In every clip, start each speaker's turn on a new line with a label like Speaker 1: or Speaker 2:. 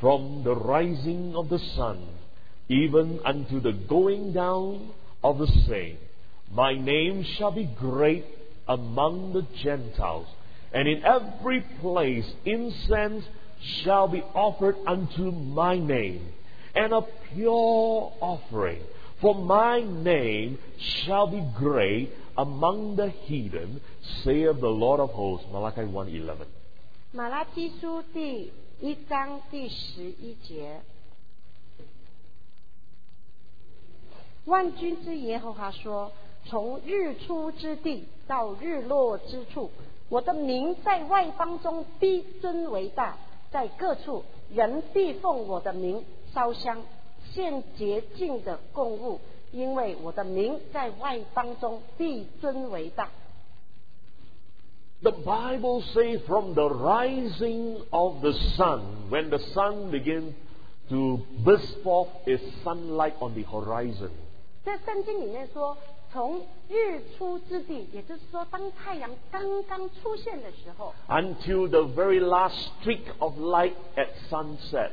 Speaker 1: from the rising of the sun even unto the going down of the same. My name shall be great among the Gentiles, and in every place incense shall be offered unto my name, and a pure offering. For my name shall be great among the heathen, saith the Lord of hosts. Malachi 1:11.
Speaker 2: 马拉基书第一章第十一节，万军之耶和华说：“从日出之地到日落之处，我的名在外邦中必尊为大，在各处人必奉我的名烧香，献洁净的供物，因为我的名在外邦中必尊为大。”
Speaker 1: The Bible says from the rising of the sun, when the sun begins to burst forth its sunlight on the horizon,
Speaker 2: 在圣经里面说，从日出之地，也就是说，当太阳刚刚出现的时候，
Speaker 1: until the very last streak of light at sunset.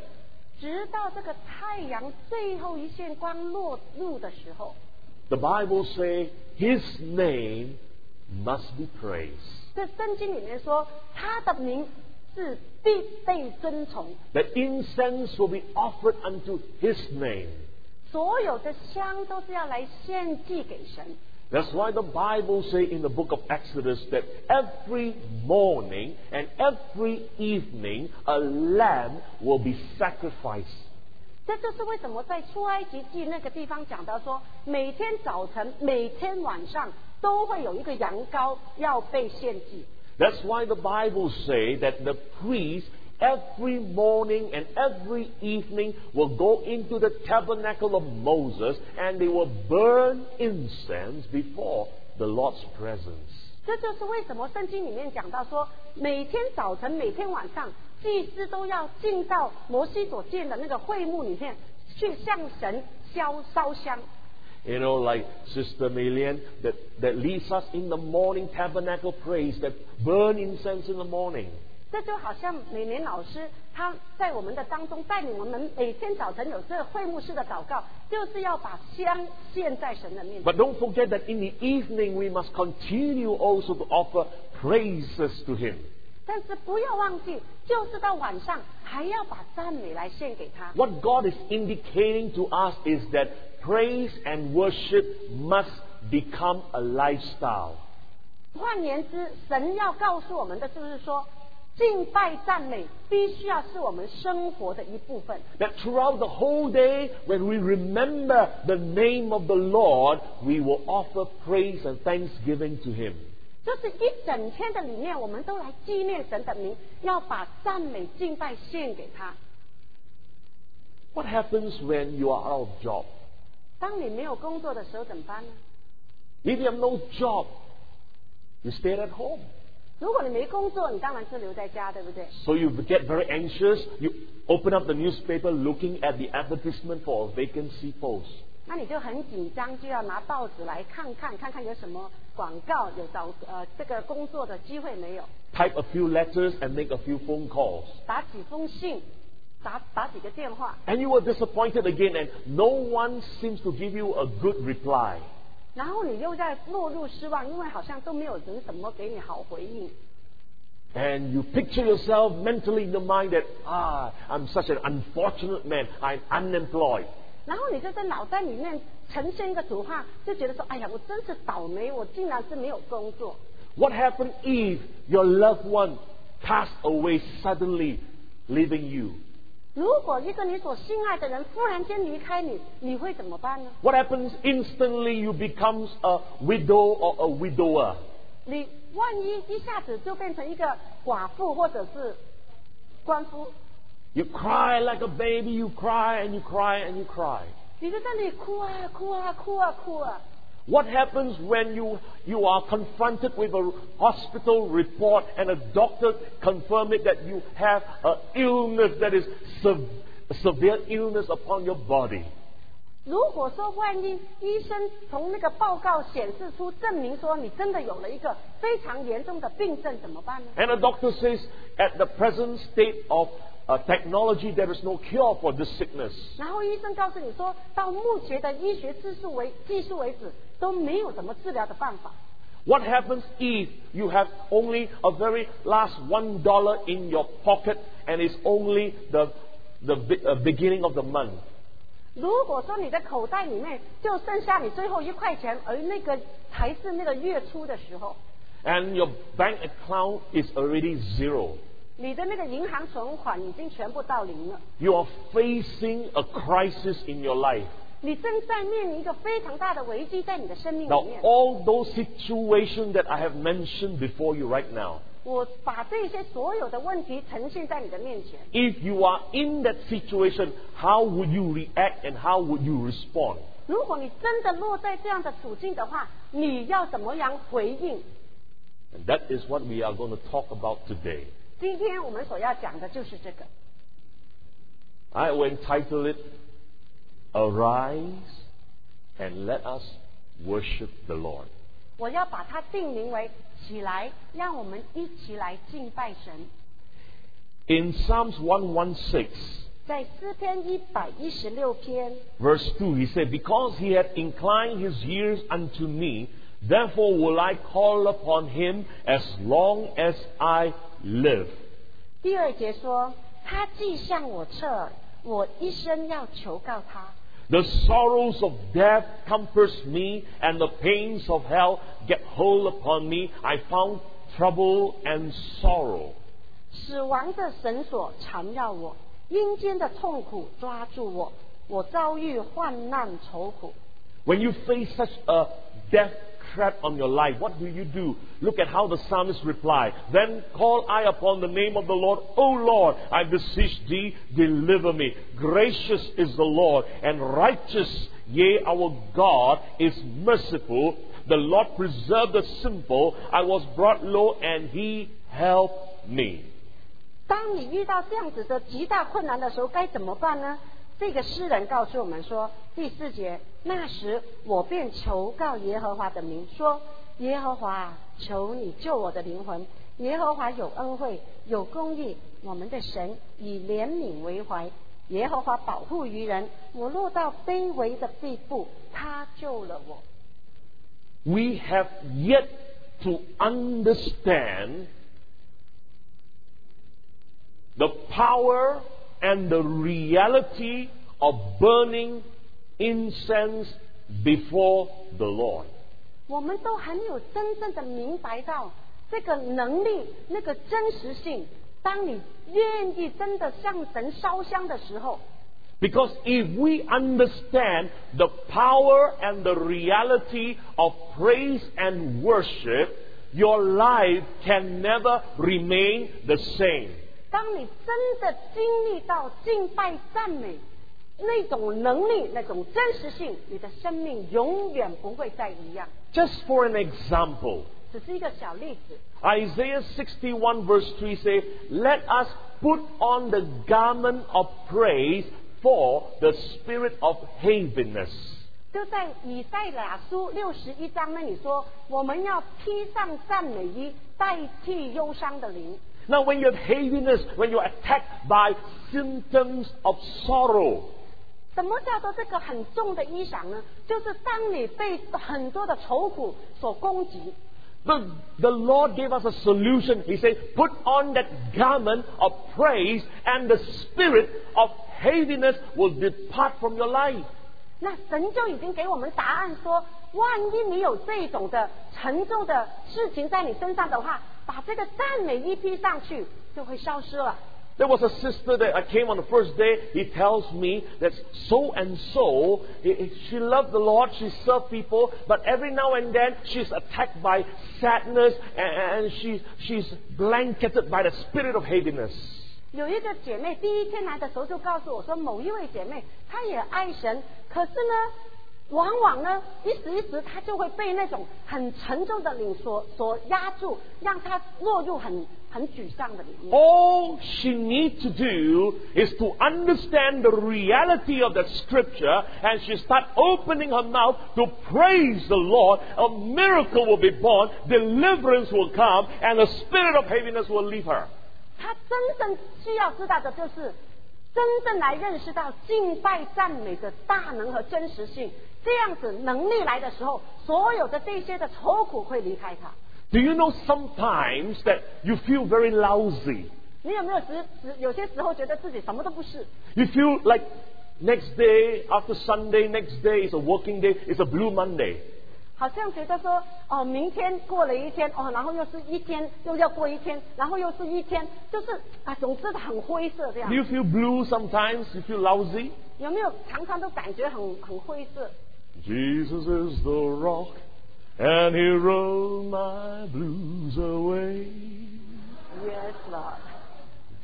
Speaker 2: 直到这个太阳最后一线光落入的时候，
Speaker 1: The Bible says his name must be praised.
Speaker 2: 在圣经里面说，他的名字必被尊崇，
Speaker 1: The incense will be offered unto his name.
Speaker 2: 所有的香都是要来献祭给神。
Speaker 1: That's why the Bible says in the book of Exodus that every morning and every evening a lamb will be sacrificed.
Speaker 2: 这就是为什么在出埃及记那个地方讲到说，每天早晨、每天晚上都会有一个羊羔要被献祭。
Speaker 1: That's why the Bible says that the priest every morning and every evening will go into the tabernacle of Moses and they will burn incense before the Lord's presence.
Speaker 2: 这就是为什么圣经里面讲到说，每天早晨、每天晚上，祭司都要进到摩西所建的那个会幕里面，去向神烧烧香。
Speaker 1: You know, like Sister Milian that, that leads us in the morning tabernacle praise, that burn incense in the morning.
Speaker 2: 这就好像美莲老师他在我们的当中带领我们，每天早晨有这会幕式的祷告，就是要把香献在神的面前。
Speaker 1: But don't forget that in the evening we must continue also to offer praises to Him.
Speaker 2: 但是不要忘记，就是到晚上还要把赞美来献给他。
Speaker 1: What God is indicating to us is that praise and worship must become a lifestyle.
Speaker 2: 换言之，神要告诉我们的就是说，敬拜赞美必须要是我们生活的一部分。
Speaker 1: That throughout the whole day, when we remember the name of the Lord, we will offer praise and thanksgiving to Him.
Speaker 2: 就是一整天的里面，我们都来纪念神的名，要把赞美敬拜献给他。
Speaker 1: What happens when you are out of job?
Speaker 2: 当你没有工作的时候怎么办呢？
Speaker 1: If you have no job, you stay at home.
Speaker 2: 如果你没工作，你当然是留在家，对不对？
Speaker 1: So you get very anxious. You open up the newspaper looking at the advertisement for a vacancy post.
Speaker 2: 那你就很紧张，就要拿报纸来看看，看看有什么广告，有找呃这个工作的机会没有？
Speaker 1: Type a few letters and make a few phone calls.
Speaker 2: 打几封信，打打几个电话，
Speaker 1: And you were disappointed again, and no one seems to give you a good reply.
Speaker 2: 然后你又在落入失望，因为好像都没有人什么给你好回应。
Speaker 1: And you picture yourself mentally in your mind that, ah, I'm such an unfortunate man, I'm unemployed.
Speaker 2: 然后你就在脑袋里面呈现一个图画，就觉得说，哎呀，我真是倒霉，我竟然是没有工作。
Speaker 1: What happened if your loved one passed away suddenly, leaving you?
Speaker 2: 如果一个你所心爱的人忽然间离开你，你会怎么办呢？
Speaker 1: What happens instantly you becomes a widow or a widower?
Speaker 2: 你万一一下子就变成一个寡妇或者是官夫，
Speaker 1: You cry like a baby, you cry and you cry and you cry.
Speaker 2: 你就在那里哭啊哭啊哭啊哭啊。
Speaker 1: What happens when you, you are confronted with a hospital report and a doctor confirms it that you have an illness that is sev- severe illness upon your body?
Speaker 2: 如果说万一医生从那个报告显示出证明说你真的有了一个非常严重的病症，怎么办呢？
Speaker 1: And a doctor says, at the present state of uh, technology, there is no cure for this sickness.
Speaker 2: 然后医生告诉你说，到目前的医学技术为技术为止，都没有什么治疗的办法。
Speaker 1: What happens if you have only a very last one dollar in your pocket and it's only the, the be- uh, beginning of the month?
Speaker 2: 如果说你的口袋里面就剩下你最后一块钱，而那个才是那个月初的时候，
Speaker 1: And your bank account is already zero.
Speaker 2: 你的那个银行存款已经全部到零了，
Speaker 1: You are facing a crisis in your life.
Speaker 2: 你正在面临一个非常大的危机在你的生命
Speaker 1: Now,
Speaker 2: 里面。
Speaker 1: all those situations that I have mentioned before you right now,
Speaker 2: 我把这些所有的问题呈现在你的面前。
Speaker 1: if you are in that situation, how would you react and how would you respond?
Speaker 2: 如果你真的落在这样的处境的话，你要怎么样回应？
Speaker 1: And that is what we are going to talk about today.
Speaker 2: 今天我们所要讲的就是这个，
Speaker 1: I will entitle it Arise and Let Us Worship the Lord.
Speaker 2: 我要把它定名为“起来”，让我们一起来敬拜神。
Speaker 1: In Psalms 116,
Speaker 2: 在诗篇一百一十六篇
Speaker 1: verse 2, he said, Because he hath inclined his ears unto me, therefore will I call upon him as long as I live.
Speaker 2: 第二节说：“他既向我侧耳，我一生要求告他。
Speaker 1: The sorrows of death compassed me, and the pains of hell get hold upon me. I found trouble and sorrow.
Speaker 2: 死亡的绳索缠绕我，阴间的痛苦抓住我，我遭遇患难愁苦。
Speaker 1: When you face such a death trap on your life, what do you do? Look at how the psalmist replied. Then call I upon the name of the Lord. O Lord, I beseech thee, deliver me. Gracious is the Lord, and righteous, yea, our God is merciful. The Lord preserved the simple. I was brought low, and he helped me. ”
Speaker 2: 当你遇到这样子的极大困难的时候，该怎么办呢？这个诗人告诉我们说，第四节，那时我便求告耶和华的名，说：耶和华啊，求你救我的灵魂。耶和华有恩惠，有公义，我们的神以怜悯为怀。耶和华保护于人，我落到卑微的地步，他救了我。
Speaker 1: we have yet to understand the power and the reality of burning incense before the Lord.
Speaker 2: 我们都还没有真正的明白到这个能力、那个真实性。当你愿意真的向神烧香的时候，
Speaker 1: Because if we understand the power and the reality of praise and worship, your life can never remain the same.
Speaker 2: 当你真的经历到敬拜、赞美那种能力、那种真实性，你的生命永远不会再一样。
Speaker 1: Just for an example,
Speaker 2: 只是一个小例子，
Speaker 1: Isaiah 61 verse 3 says, Let us put on the garment of praise for the spirit of heaviness.
Speaker 2: 就在以赛亚书六十一章那里说，我们要披上赞美衣，代替忧伤的灵。
Speaker 1: Now, when you have heaviness, when you're attacked by symptoms of sorrow,
Speaker 2: 什么叫做这个很重的衣裳呢？就是当你被很多的愁苦所攻击，
Speaker 1: the, the Lord gave us a solution. He said, Put on that garment of praise, and the spirit of heaviness will depart from your life.
Speaker 2: 那神就已经给我们答案说，万一你有这种的沉重的事情在你身上的话，把这个赞美衣披上去，就会消失了。
Speaker 1: There was a sister that I came on the first day. He tells me that so and so, i- i- she loved the Lord, she served people, but every now and then she's attacked by sadness a- and she, she's blanketed by the spirit of heaviness.
Speaker 2: 有一个姐妹第一天来的时候就告诉我说，某一位姐妹她也爱神，可是呢，往往呢一时一时她就会被那种很沉重的领所所压住，让她落入很很沮丧的里面。
Speaker 1: All she needs to do is to understand the reality of that scripture and she start opening her mouth to praise the Lord. A miracle will be born, deliverance will come, and the spirit of heaviness will leave her.
Speaker 2: 他真正需要知道的就是，真正来认识到敬拜赞美的大能和真实性。这样子能力来的时候，所有的这些的愁苦会离开他。
Speaker 1: Do you know sometimes that you feel very lousy?
Speaker 2: 你有没有时时有些时候觉得自己什么都不是？
Speaker 1: You feel like next day, after Sunday, next day is a working day, it's a blue Monday.
Speaker 2: 好像觉得说，哦，明天过了一天，哦，然后又是一天，又要过一天，然后又是一天，就是啊，总之很灰色这样
Speaker 1: Do。you feel blue sometimes? You feel lousy?
Speaker 2: 有没有常常都感觉很很灰色？
Speaker 1: Jesus is the rock, and he rolled my blues away.
Speaker 2: Yes, Lord.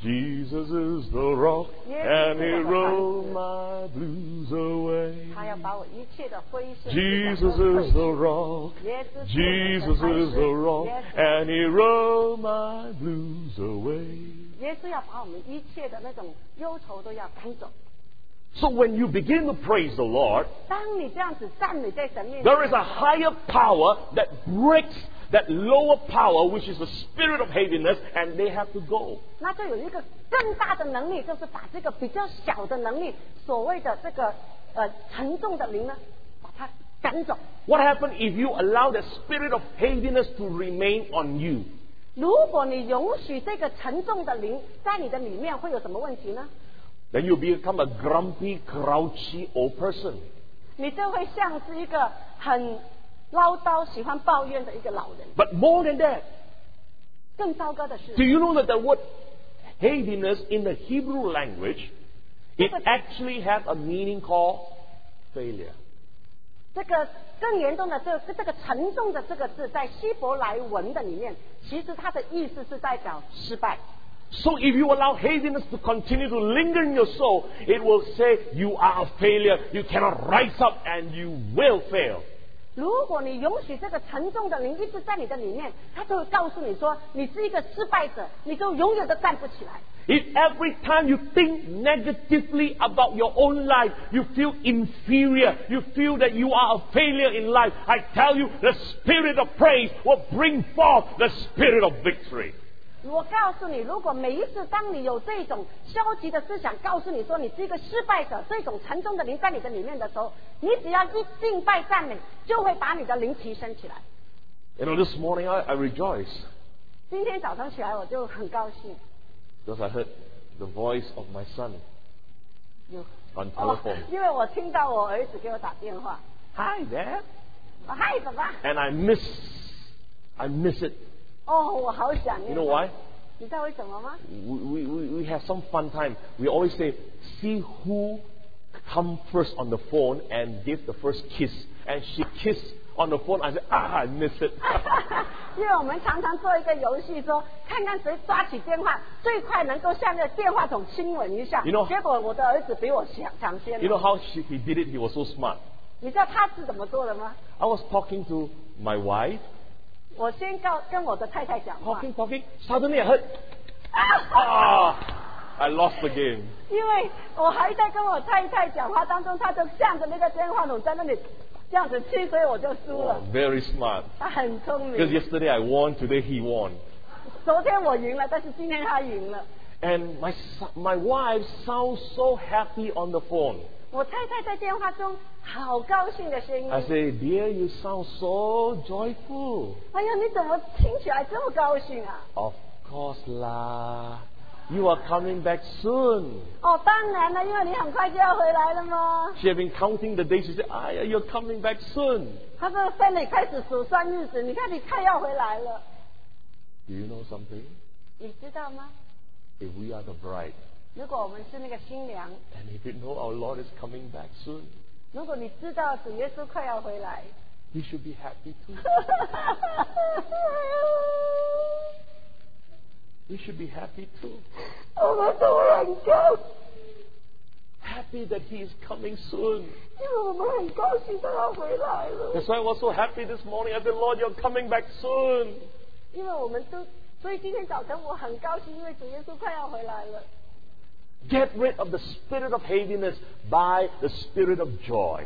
Speaker 1: Jesus is the rock,
Speaker 2: Yes,
Speaker 1: and he
Speaker 2: Lord.
Speaker 1: rolled my blues away.
Speaker 2: 他要把我一切的灰色
Speaker 1: Jesus is the rock,
Speaker 2: 耶稣
Speaker 1: Jesus is the rock, and he rolled my blues away.
Speaker 2: 耶稣要把我们一切的那种忧愁都要赶走。
Speaker 1: So when you begin to praise the Lord,
Speaker 2: 当你这样子赞美在神面前，
Speaker 1: there is a higher power that breaks that lower power, which is the spirit of heaviness, and they have to go.
Speaker 2: 那就有一个更大的能力，就是把这个比较小的能力，所谓的这个呃沉重的灵呢，把它赶走。
Speaker 1: What happens if you allow the spirit of heaviness to remain on you?
Speaker 2: 如果你容许这个沉重的灵在你的里面，会有什么问题呢？
Speaker 1: Then you become a grumpy, grouchy old person.
Speaker 2: 你就会像是一个很唠叨、喜欢抱怨的一个老人。
Speaker 1: But more than that,
Speaker 2: 更糟糕的
Speaker 1: do
Speaker 2: 是，
Speaker 1: you know that the word heaviness in the Hebrew language, it actually has a meaning called failure.
Speaker 2: 这个更严重的，这个这个沉重的这个字，在希伯来文的里面，其实它的意思是代表失败。
Speaker 1: So if you allow heaviness to continue to linger in your soul, it will say you are a failure, you cannot rise up, and you will fail.
Speaker 2: 如果你允许这个沉重的灵一直在你的里面，它就会告诉你说，你是一个失败者，你就永远都站不起来。
Speaker 1: If every time you think negatively about your own life, you feel inferior, you feel that you are a failure in life, I tell you, the spirit of praise will bring forth the spirit of victory.
Speaker 2: 我告诉你，如果每一次当你有这种消极的思想，告诉你说你是一个失败者，这种沉重的灵在你的里面的时候，你只要一敬拜赞美，就会把你的灵提升起来。
Speaker 1: You know, this morning I, I rejoice
Speaker 2: 今天早上起来我就很高兴，
Speaker 1: because I heard the voice of my son
Speaker 2: 有
Speaker 1: on
Speaker 2: 哦
Speaker 1: telephone.，
Speaker 2: 因为我听到我儿子给我打电话，
Speaker 1: Hi, Dad.
Speaker 2: 我嗨爸爸，
Speaker 1: And I miss, I miss it.
Speaker 2: 哦，我好想
Speaker 1: You
Speaker 2: 念
Speaker 1: know why?
Speaker 2: 你知道为什么吗？
Speaker 1: we, we, we have some fun time. We always say, see who come first on the phone and give the first kiss. And she kissed on the phone. I said, ah, I miss it.
Speaker 2: 因为我们常常做一个游戏说，看看谁抓起电话最快能够向那个电话筒亲吻一下。
Speaker 1: You know-
Speaker 2: 结果我的儿子比我抢抢先了。
Speaker 1: you know how she, he did it? He was so smart.
Speaker 2: 你知道他是怎么做的吗？
Speaker 1: I was talking to my wife,
Speaker 2: 我先告跟我的太太讲话，
Speaker 1: talking, talking. Suddenly I heard, ah, I lost the game.
Speaker 2: 因为我还在跟我太太讲话当中，他就向着那个电话筒在那里这样子亲，所以我就输了
Speaker 1: Oh,。very smart.
Speaker 2: 他很聪
Speaker 1: Because
Speaker 2: 明，
Speaker 1: yesterday I won, today he won.
Speaker 2: 昨天我赢了，但是今天他赢了。
Speaker 1: And my, so- my wife sounds so happy on the phone.
Speaker 2: 我太太在电话中好高兴的声音，
Speaker 1: I say, dear, you sound so joyful.
Speaker 2: 哎呀，你怎么听起来这么高兴啊？
Speaker 1: Of course lah. You are coming back soon.
Speaker 2: 哦，当然了，因为你很快就要回来了吗？
Speaker 1: She had been counting the days. She said, Ah, you're coming back soon.
Speaker 2: 他说在那里开始数算日子，你看你快要回来了，
Speaker 1: Do you know something?
Speaker 2: 你知道吗？
Speaker 1: If we are the bride,
Speaker 2: 如果我们是那个新娘，
Speaker 1: and if you know our Lord is coming back soon,
Speaker 2: 如果你知道主耶稣快要回 来，
Speaker 1: we should be happy too.
Speaker 2: 哎
Speaker 1: We should be happy too.
Speaker 2: 我们都很高，
Speaker 1: Happy that He is coming soon.
Speaker 2: 因为我们很高兴他要回来了，
Speaker 1: That's why I was so happy this morning. I said, Lord, you're coming back soon.
Speaker 2: 因为我们都，所以今天早晨我很高兴，因为主耶稣快要回来了。
Speaker 1: Get rid of the spirit of heaviness by the spirit of joy.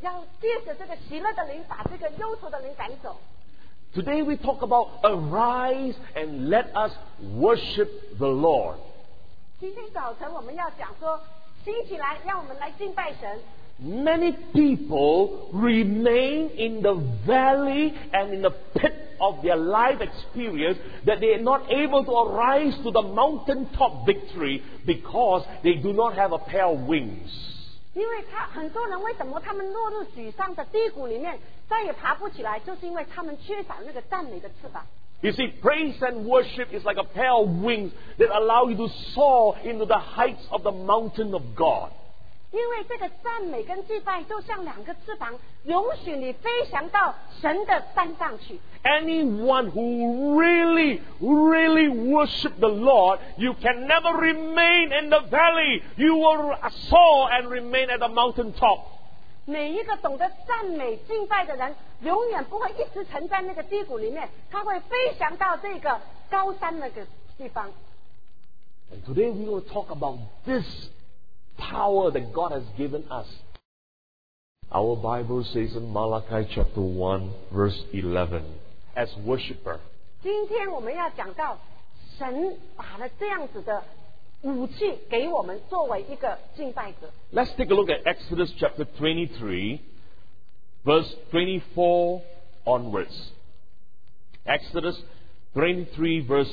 Speaker 2: 要借着这个喜乐的灵，把这个忧愁的灵赶走。
Speaker 1: Today we talk about arise and let us worship the Lord.
Speaker 2: 今天早晨我们要讲说，兴起来，让我们来敬拜神。
Speaker 1: Many people remain in the valley and in the pit of their life experience that they are not able to arise to the mountaintop victory because they do not have a pair of wings.
Speaker 2: 因为他很多人为什么他们落入沮丧的低谷里面，再也爬不起来，就是因为他们缺少那个赞美的翅膀。
Speaker 1: You see, praise and worship is like a pair of wings that allow you to soar into the heights of the mountain of God.
Speaker 2: 因为这个赞美跟祭拜就像两个翅膀，容许你飞翔到神的山上去。
Speaker 1: Anyone who really, really worship the Lord, you can never remain in the valley. You will soar and remain at the mountaintop.
Speaker 2: 每一个懂得赞美敬拜的人，永远不会一直沉在那个低谷里面，他会飞翔到这个高山那个地方。
Speaker 1: And today we will talk about this power that God has given us. Our Bible says in Malachi chapter 1, verse 11, as worshiper,
Speaker 2: 今天我们要讲到神把了这样子的武器给我们，作为一个敬拜者。
Speaker 1: Let's take a look at Exodus chapter 23, verse 24 onwards. Exodus 23, verse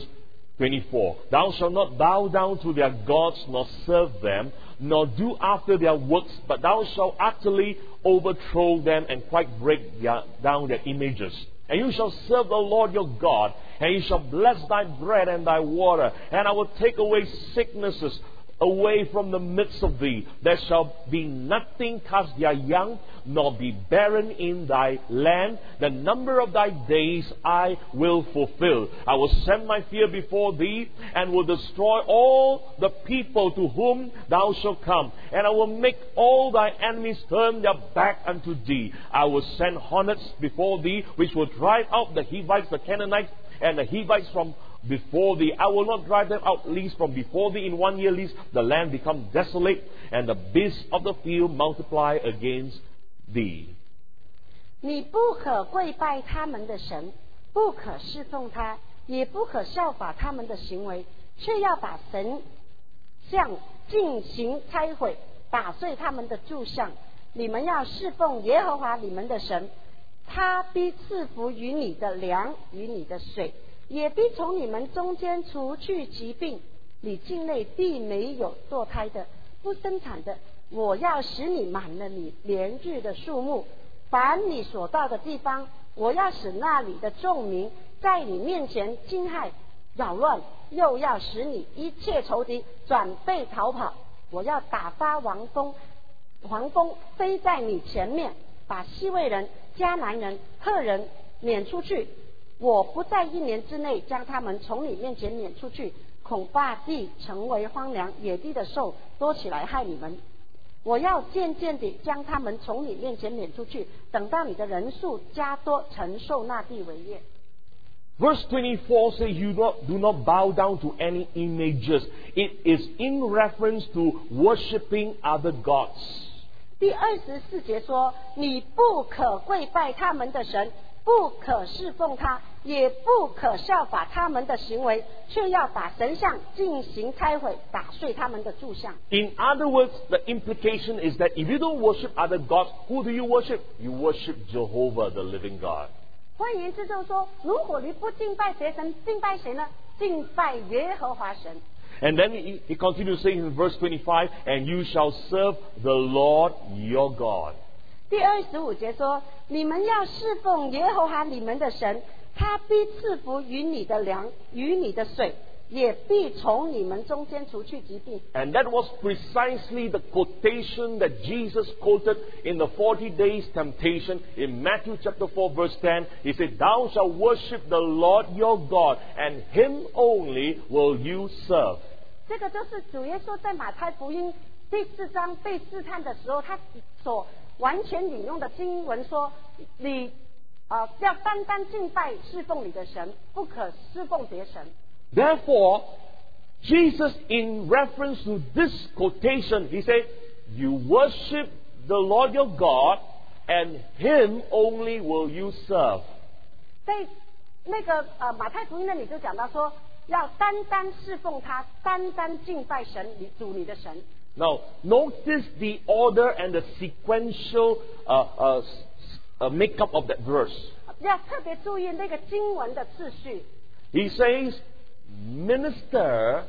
Speaker 1: 24. Thou shalt not bow down to their gods, nor serve them, nor do after their works, but thou shalt utterly overthrow them and quite break their, down their images. And you shall serve the Lord your God, and you shall bless thy bread and thy water, and I will take away sicknesses away from the midst of thee. There shall be nothing cast their young, nor be barren in thy land. The number of thy days I will fulfill. I will send my fear before thee, and will destroy all the people to whom thou shalt come. And I will make all thy enemies turn their back unto thee. I will send hornets before thee, which will drive out the Hivites, the Canaanites, and the Hivites from before thee. I will not drive them out, least from before thee. In one year, least the land become desolate, and the beasts of the field multiply against thee.
Speaker 2: 你不可跪拜他们的神，不可侍奉他，也不可效法他们的行为，却要把神像进行拆毁，打碎他们的柱像。你们要侍奉耶和华你们的神，他必赐福于你的粮与你的水，也必从你们中间除去疾病。你境内必没有堕胎的，不生产的，我要使你满了你连日的数目。凡你所到的地方，我要使那里的众民在你面前惊骇、扰乱，又要使你一切仇敌转背逃跑。我要打发王风，黄蜂飞在你前面，把西魏人、迦南人、赫人撵出去。我不在一年之内将他们从你面前撵出去，恐怕地成为荒凉，野地的兽多起来害你们。我要渐渐地将他们从你面前撵出去，等到你的人数加多，承受那地为业。
Speaker 1: Verse 24 says, You not, do not bow down to any images. It is in reference to worshipping other gods.
Speaker 2: 第二十四节说：“你不可跪拜他们的神，不可侍奉他，也不可效法他们的行为，却要把神像进行拆毁，打碎他们的柱像。
Speaker 1: In other words, the implication is that if you don't worship other gods, who do you worship? You worship Jehovah, the living God. ”
Speaker 2: 换言之，就是说，如果你不敬拜谁神，敬拜谁呢？敬拜耶和华神。
Speaker 1: And then he, he continues saying in verse 25, And you shall serve the Lord your God.
Speaker 2: 第二十五节说：“你们要侍奉耶和华你们的神，他必赐福于你的粮与你的水，也必从你们中间除去疾病。
Speaker 1: And that was precisely the quotation that Jesus quoted in the 40 days temptation in Matthew chapter 4 verse 10. He said, Thou shalt worship the Lord your God and him only will you serve. ”
Speaker 2: 这个就是主耶稣在马太福音第四章被试探的时候，他所完全引用的经文说：“你啊、呃要单单敬拜侍奉你的神，不可侍奉别神。”
Speaker 1: Therefore, Jesus in reference to this quotation, he said, You worship the Lord your God and him only will you serve.
Speaker 2: 在那个呃马太福音那里就讲到说，要单单侍奉他，单单敬拜神，你主你的神。
Speaker 1: Now, notice the order and the sequential uh, uh, s- s- uh, makeup of that verse.
Speaker 2: 要特别注意那个经文的次序，
Speaker 1: He says, minister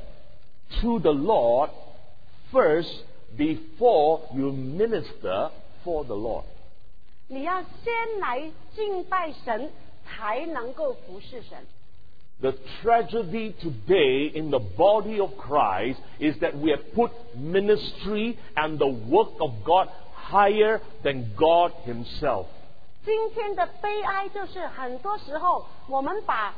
Speaker 1: to the Lord first before you minister for the Lord.
Speaker 2: 你要先来敬拜神，才能够服侍神。
Speaker 1: The tragedy today in the body of Christ is that we have put ministry and the work of God higher than God Himself.
Speaker 2: 今天的悲哀就是，很多时候我们把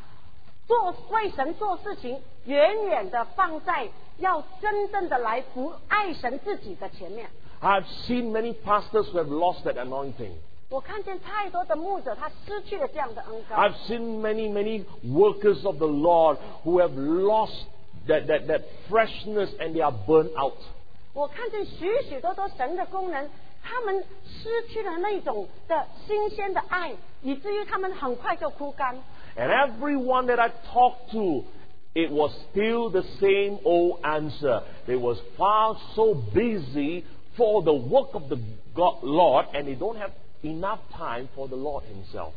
Speaker 2: 做为神做事情，远远的放在要真正的来服爱神自己的前面。
Speaker 1: I've seen many pastors who have lost that anointing.
Speaker 2: 我看见太多的牧者，他失去了这样的恩高。
Speaker 1: I've seen many, many workers of the Lord who have lost that, that, that freshness and they are burnt out.
Speaker 2: 我看见许许多多神的工人，他们失去了那种的新鲜的爱，以至于他们很快就枯干。
Speaker 1: And everyone that I talked to, it was still the same old answer. They was far so busy for the work of the God, Lord and they don't have enough time for the Lord Himself.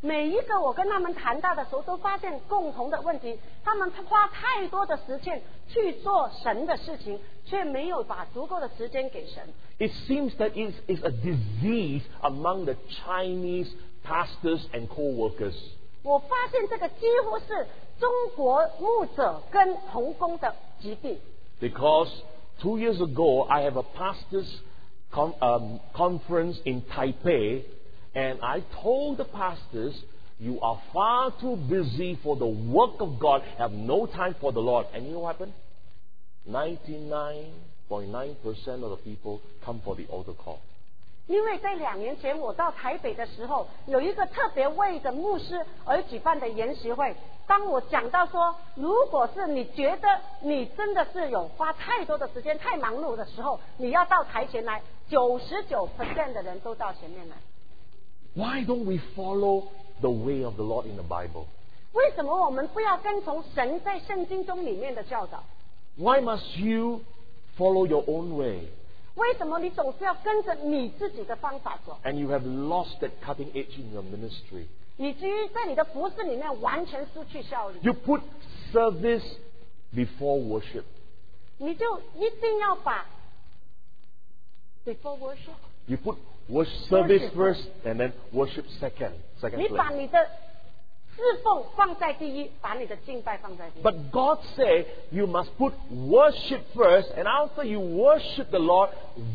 Speaker 2: 每一个我跟他们谈到的时候，都发现共同的问题：他们花太多的时间去做神的事情，却没有把足够的时间给神。
Speaker 1: It seems that it is a disease among the Chinese pastors and co-workers.
Speaker 2: 我发现这个几乎是中国牧者跟童工的疾病。
Speaker 1: Because two years ago, I have a pastor's con- um, conference in Taipei, and I told the pastors, You are far too busy for the work of God, have no time for the Lord. And you know what happened? 99.9% of the people come for the altar call.
Speaker 2: 因为在两年前我到台北的时候，有一个特别为着牧师而举办的研习会。当我讲到说，如果是你觉得你真的是有花太多的时间、太忙碌的时候，你要到台前来，九十九 percent 的人都到前面来。
Speaker 1: Why don't we follow the way of the Lord in the Bible?
Speaker 2: 为什么我们不要跟从神在圣经中里面的教导？
Speaker 1: Why must you follow your own way?
Speaker 2: 为什么你总是要跟着你自己的方法走，
Speaker 1: And you have lost that cutting edge in your ministry.
Speaker 2: 以至于在你的服饰里面完全失去效率？
Speaker 1: You put service before worship.
Speaker 2: 你就一定要把 before worship。
Speaker 1: You put wor- service
Speaker 2: Worship.
Speaker 1: first and then worship second, second
Speaker 2: 你把
Speaker 1: place.
Speaker 2: 你的侍奉放在第一，把你的敬拜放在第一。
Speaker 1: But God said you must put worship first, and after you worship the Lord,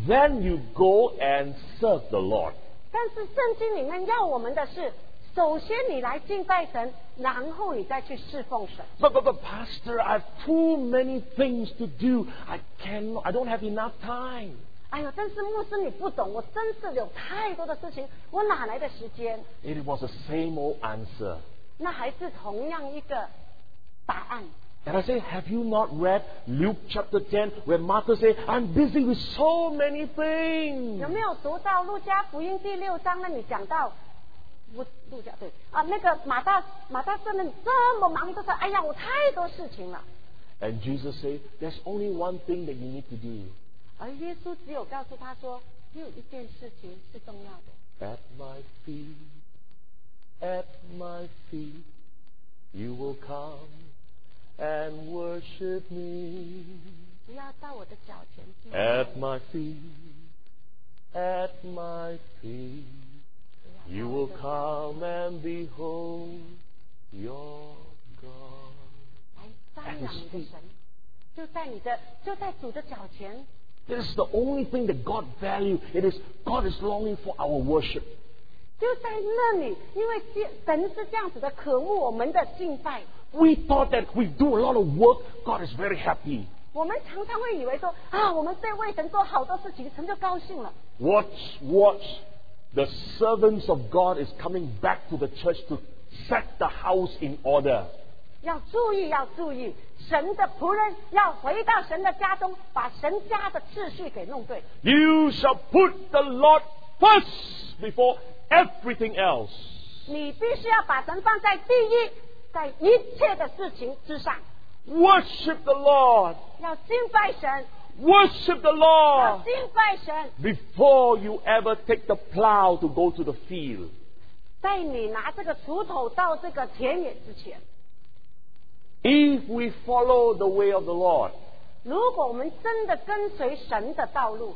Speaker 1: then you go and serve the Lord.
Speaker 2: 但是圣经里面要我们的是，首先你来敬拜神，然后你再去侍奉神。
Speaker 1: But, but, but, Pastor, I have too many things to do. I cannot, I don't have enough time.
Speaker 2: 哎呦，真是牧师你不懂，我真是有太多的事情，我哪来的时间？
Speaker 1: It was the same old answer.
Speaker 2: 那还是同样一个答案。
Speaker 1: And I say, have you not read Luke chapter 10 where Martha said, I'm busy with so many things.
Speaker 2: 有没有读到路加福音第六章？那你讲到不路加对啊，那个马大马大真的这么忙，就说哎呀，我太多事情了。
Speaker 1: And Jesus said, there's only one thing that you need to do.
Speaker 2: 而耶稣只有告诉他说，只有一件事情是重要的，
Speaker 1: At my feet, at my feet, you will come and worship me.
Speaker 2: 不要到我的脚前去。
Speaker 1: At my feet, at my feet, you will come and behold your God.
Speaker 2: 来瞻仰你的神，就在你的就在主的脚前。
Speaker 1: This is the only thing that God values. It is God is longing for our worship.
Speaker 2: 就在那里，因为这神是这样子的，渴慕我们的敬拜。
Speaker 1: We thought that we do a lot of work, God is very happy.
Speaker 2: 我们常常会以为说啊，我们在为神做好多事情，神就高兴了。
Speaker 1: Watch, watch. The servants of God is coming back to the church to set the house in order.
Speaker 2: 要注意，要注意，神的仆人要回到神的家中，把神家的秩序给弄对。
Speaker 1: You shall put the Lord first before everything else.
Speaker 2: 你必须要把神放在第一，在一切的事情之上，
Speaker 1: Worship the Lord.
Speaker 2: 要敬拜神，
Speaker 1: Worship the
Speaker 2: 要
Speaker 1: Lord.
Speaker 2: 敬拜神。
Speaker 1: Before you ever take the plow to go to the field,
Speaker 2: 在你拿这个锄头到这个田野之前，
Speaker 1: if we follow the way of the Lord,
Speaker 2: 如果我们真的跟随神的道路，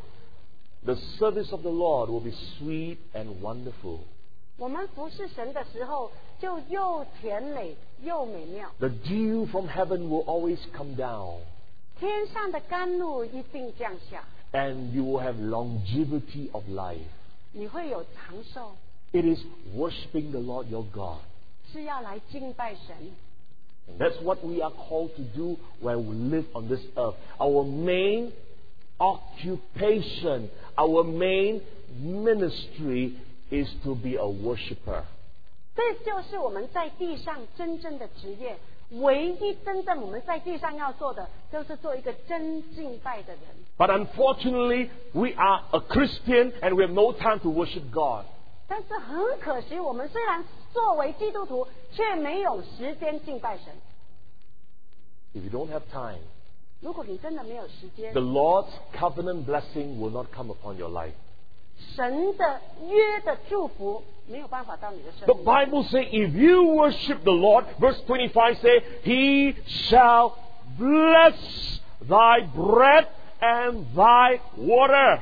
Speaker 1: the service of the Lord will be sweet and wonderful.
Speaker 2: 我们服侍神的时候，就又甜美又美妙。
Speaker 1: The dew from heaven will always come down,
Speaker 2: 天上的甘露一并降下，
Speaker 1: and you will have longevity of life.
Speaker 2: 你会有长寿，
Speaker 1: It is worshiping the Lord your God.
Speaker 2: 是要来敬拜神。
Speaker 1: And that's what we are called to do when we live on this earth. Our main occupation, our main ministry is to be a worshiper.
Speaker 2: 这就是我们在地上真正的职业，唯一真正我们在地上要做的，就是做一个真敬拜的人。
Speaker 1: But unfortunately, we are a Christian and we have no time to worship God.
Speaker 2: 但是很可惜，我们虽然作为基督徒，却没有时间敬拜神。
Speaker 1: If you don't have time,
Speaker 2: 如果你真的没有时间
Speaker 1: the，Lord's covenant blessing will not come upon your life.
Speaker 2: 神的约的祝福没有办法到你的身
Speaker 1: The
Speaker 2: 上。
Speaker 1: Bible says, if you worship the Lord, verse 25 says, He shall bless thy bread and thy water.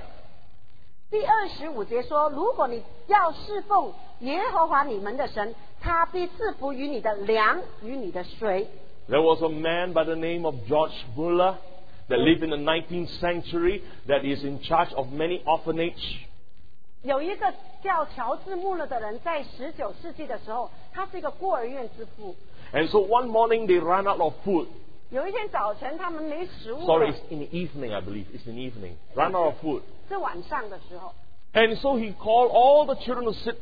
Speaker 2: 第二十五节说：如果你要侍奉耶和华你们的神，他必赐福于你的粮与你的水。
Speaker 1: There was a man by the name of George Muller that lived in the 19th century that is in charge of many orphanage.
Speaker 2: 有一个叫乔治穆勒的人，在十九世纪的时候，他是一个孤儿院之父。
Speaker 1: And so one morning they ran out of food.
Speaker 2: 有一天早晨，他们没食物
Speaker 1: Sorry,
Speaker 2: 了，
Speaker 1: it's in the evening, I believe. It's in the evening. Ran out of food.
Speaker 2: 是晚上的时候，
Speaker 1: And so he called all the children to sit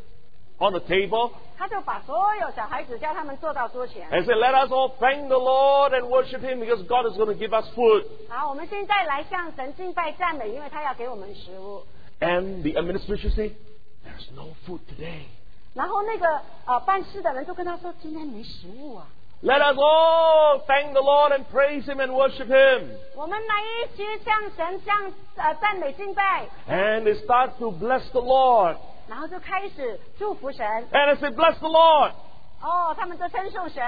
Speaker 1: on the table
Speaker 2: 他就把所有小孩子叫他们坐到桌前。
Speaker 1: and said, Let us all thank the Lord and worship Him because God is going to give us food.
Speaker 2: 好，我们现在来向神敬拜赞美，因为他要给我们食物。
Speaker 1: And the administration said, There's no food today.
Speaker 2: 然后那个呃办事的人就跟他说：“今天没食物啊，
Speaker 1: Let us all thank the Lord and praise Him and worship Him.
Speaker 2: 我们来一起向神向呃赞美敬拜。
Speaker 1: And they start to bless the Lord. ”
Speaker 2: 然后就开始祝福神。
Speaker 1: And they say, Bless the Lord.
Speaker 2: 哦，他们就称颂神，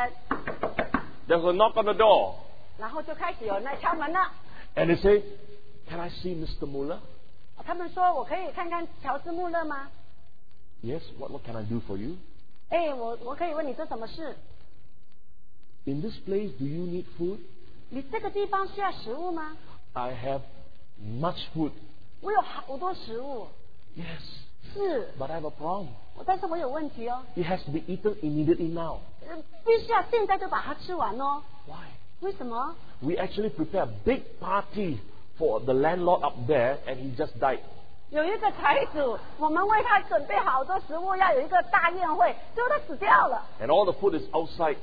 Speaker 1: There's a knock on the door.
Speaker 2: 然后就开始有人来敲门了。
Speaker 1: And they say, Can I see Mr. Muller?
Speaker 2: 他们说：“我可以看看乔治穆勒吗
Speaker 1: Yes, what, what can I do for you?？”
Speaker 2: 哎，我我可以问你这什么事？
Speaker 1: In this place, do you need food?
Speaker 2: 你这个地方需要食物吗？
Speaker 1: I have much food.
Speaker 2: 我有好多食物，
Speaker 1: Yes,
Speaker 2: 是，
Speaker 1: but I have a problem.
Speaker 2: 我但是我有问题哦，
Speaker 1: It has to be eaten immediately now.
Speaker 2: 呃必须要现在就把它吃完哦。
Speaker 1: Why?
Speaker 2: 为什么？
Speaker 1: We actually prepare a big party for the landlord up there, and he just died.
Speaker 2: 有一个财主，我们为他准备好多食物，要有一个大宴会，结果他死掉了，
Speaker 1: And all the food is outside.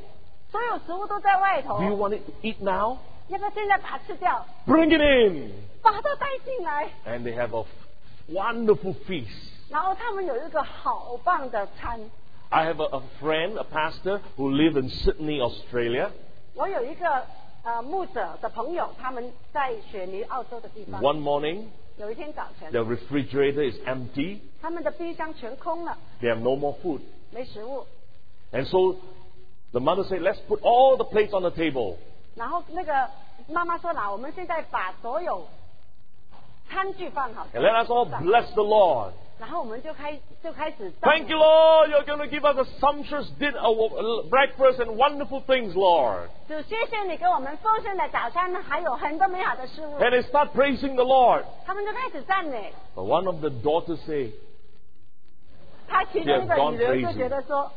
Speaker 2: 所有食物都在外头
Speaker 1: Do，you want it to eat now?
Speaker 2: 要不要现在把它吃掉，
Speaker 1: Bring it in!
Speaker 2: 把他带进来？
Speaker 1: And they have a f- wonderful feast.
Speaker 2: 然后他们有一个好棒的餐。
Speaker 1: I have a, a friend, a pastor, who lives in Sydney, Australia.
Speaker 2: 我有一个呃牧者的朋友，他们在雪梨澳洲的地方，
Speaker 1: One morning,
Speaker 2: 有一天早晨，
Speaker 1: the refrigerator is empty.
Speaker 2: 他们的冰箱全空了，
Speaker 1: They have no more food.
Speaker 2: 没食物。
Speaker 1: And so the mother said, Let's put all the plates on the table.
Speaker 2: 然后那个妈妈说：“啦，我们现在把所有餐具放好，
Speaker 1: And let us all bless the Lord.
Speaker 2: 然后我们就开就开始赞
Speaker 1: Thank you, Lord. You're going to give us a sumptuous dinner, a w- breakfast, and wonderful things, Lord.
Speaker 2: 主，谢谢你给我们丰盛的早餐，还有很多美好的事物。
Speaker 1: And they start praising the Lord. ”
Speaker 2: 他们就开始赞美。
Speaker 1: But one of the daughters say,
Speaker 2: 他其中一
Speaker 1: They have
Speaker 2: 个女儿
Speaker 1: gone
Speaker 2: 就
Speaker 1: crazy.
Speaker 2: 觉得说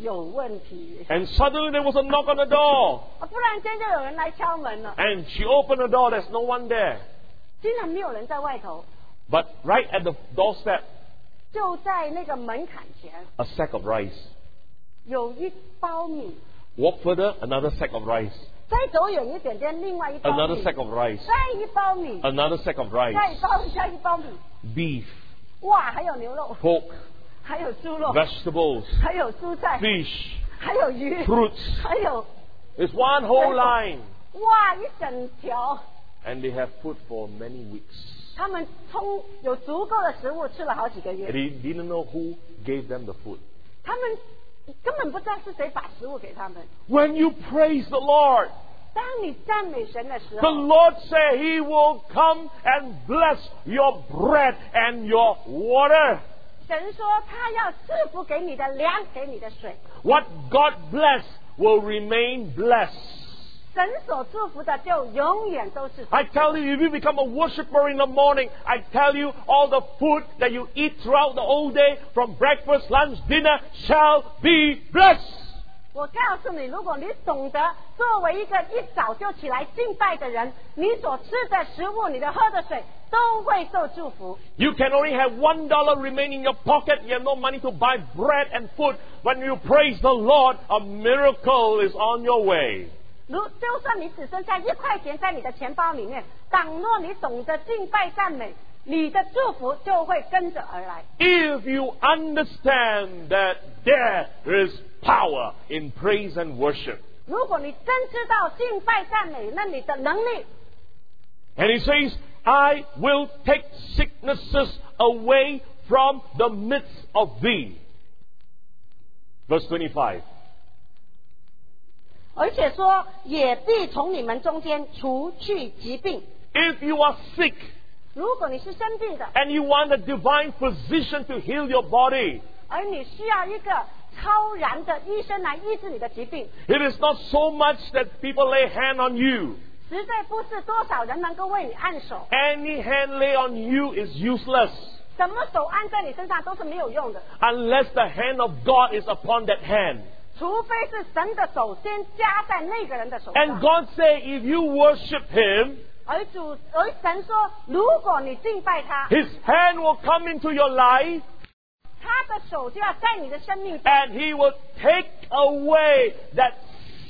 Speaker 2: 有问题，
Speaker 1: and suddenly there was a knock on the door.
Speaker 2: 啊突然间就有人来敲门了，
Speaker 1: And she opened the door. There's no one there.
Speaker 2: 竟然没有人在外头，
Speaker 1: But right at the doorstep,
Speaker 2: 就在那个门槛前
Speaker 1: a sack of rice.
Speaker 2: 有一包米，
Speaker 1: Walk further, another sack of rice.
Speaker 2: 再走远一点点，另外一包
Speaker 1: Another
Speaker 2: 米，
Speaker 1: sack of rice.
Speaker 2: 再一包米，
Speaker 1: Another sack of rice.
Speaker 2: 再一包，再一包米，
Speaker 1: Beef,
Speaker 2: 哇，还有牛肉，
Speaker 1: pork,
Speaker 2: 还有猪肉，
Speaker 1: vegetables,
Speaker 2: 还有蔬菜，
Speaker 1: fish,
Speaker 2: 还有鱼，
Speaker 1: fruits.
Speaker 2: 还有
Speaker 1: It's one whole line.
Speaker 2: 哇一整条。
Speaker 1: And they have food for many weeks.
Speaker 2: 他们充有足够的食物吃了好几个
Speaker 1: And
Speaker 2: 月，
Speaker 1: he didn't know who gave them the food.
Speaker 2: 他们根本不知道是谁把食物给他们。
Speaker 1: When you praise the Lord,
Speaker 2: 当你赞美神的时
Speaker 1: the
Speaker 2: 候，
Speaker 1: Lord said He will come and bless your bread and your water.
Speaker 2: 神说他要赐福给你的粮，给你的水。
Speaker 1: What God bless will remain blessed.
Speaker 2: 神所祝福的就永远都是
Speaker 1: I tell you, if you become a worshiper in the morning, I tell you, all the food that you eat throughout the whole day, from breakfast, lunch, dinner, shall be blessed.
Speaker 2: 我告诉你，如果你懂得作为一个一早就起来敬拜的人，你所吃的食物、你的喝的水都会受祝福。
Speaker 1: You can only have one dollar remain in your pocket. You have no money to buy bread and food. When you praise the Lord, a miracle is on your way.
Speaker 2: 如就算你只剩下一块钱在你的钱包里面，倘若你懂得敬拜赞美，你的祝福就会跟着而来。
Speaker 1: If you understand that there is power in praise and worship.
Speaker 2: 如果你真知道敬拜赞美，那你的能力
Speaker 1: And he says, I will take sicknesses away from the midst of thee. Verse 25.
Speaker 2: 而且说也必从你们中间除去疾病。
Speaker 1: If you are sick
Speaker 2: 如果你是生病的，
Speaker 1: and you want a divine physician to heal your body,
Speaker 2: 而你需要一个超然的医生来医治你的疾病，
Speaker 1: It is not so much that people lay hand on you.
Speaker 2: 实在不是多少人能够为你按手，
Speaker 1: Any hand lay on you is useless
Speaker 2: 什么手按在你身上都是没有用的，
Speaker 1: unless the hand of God is upon that hand.
Speaker 2: 除非是神的手先加在那个人的手
Speaker 1: And
Speaker 2: 上。
Speaker 1: God say, if you worship Him,
Speaker 2: 而主而神说，如果你敬拜他，
Speaker 1: His hand will come into your life
Speaker 2: 他的手就要在你的生命中，
Speaker 1: and He will take away that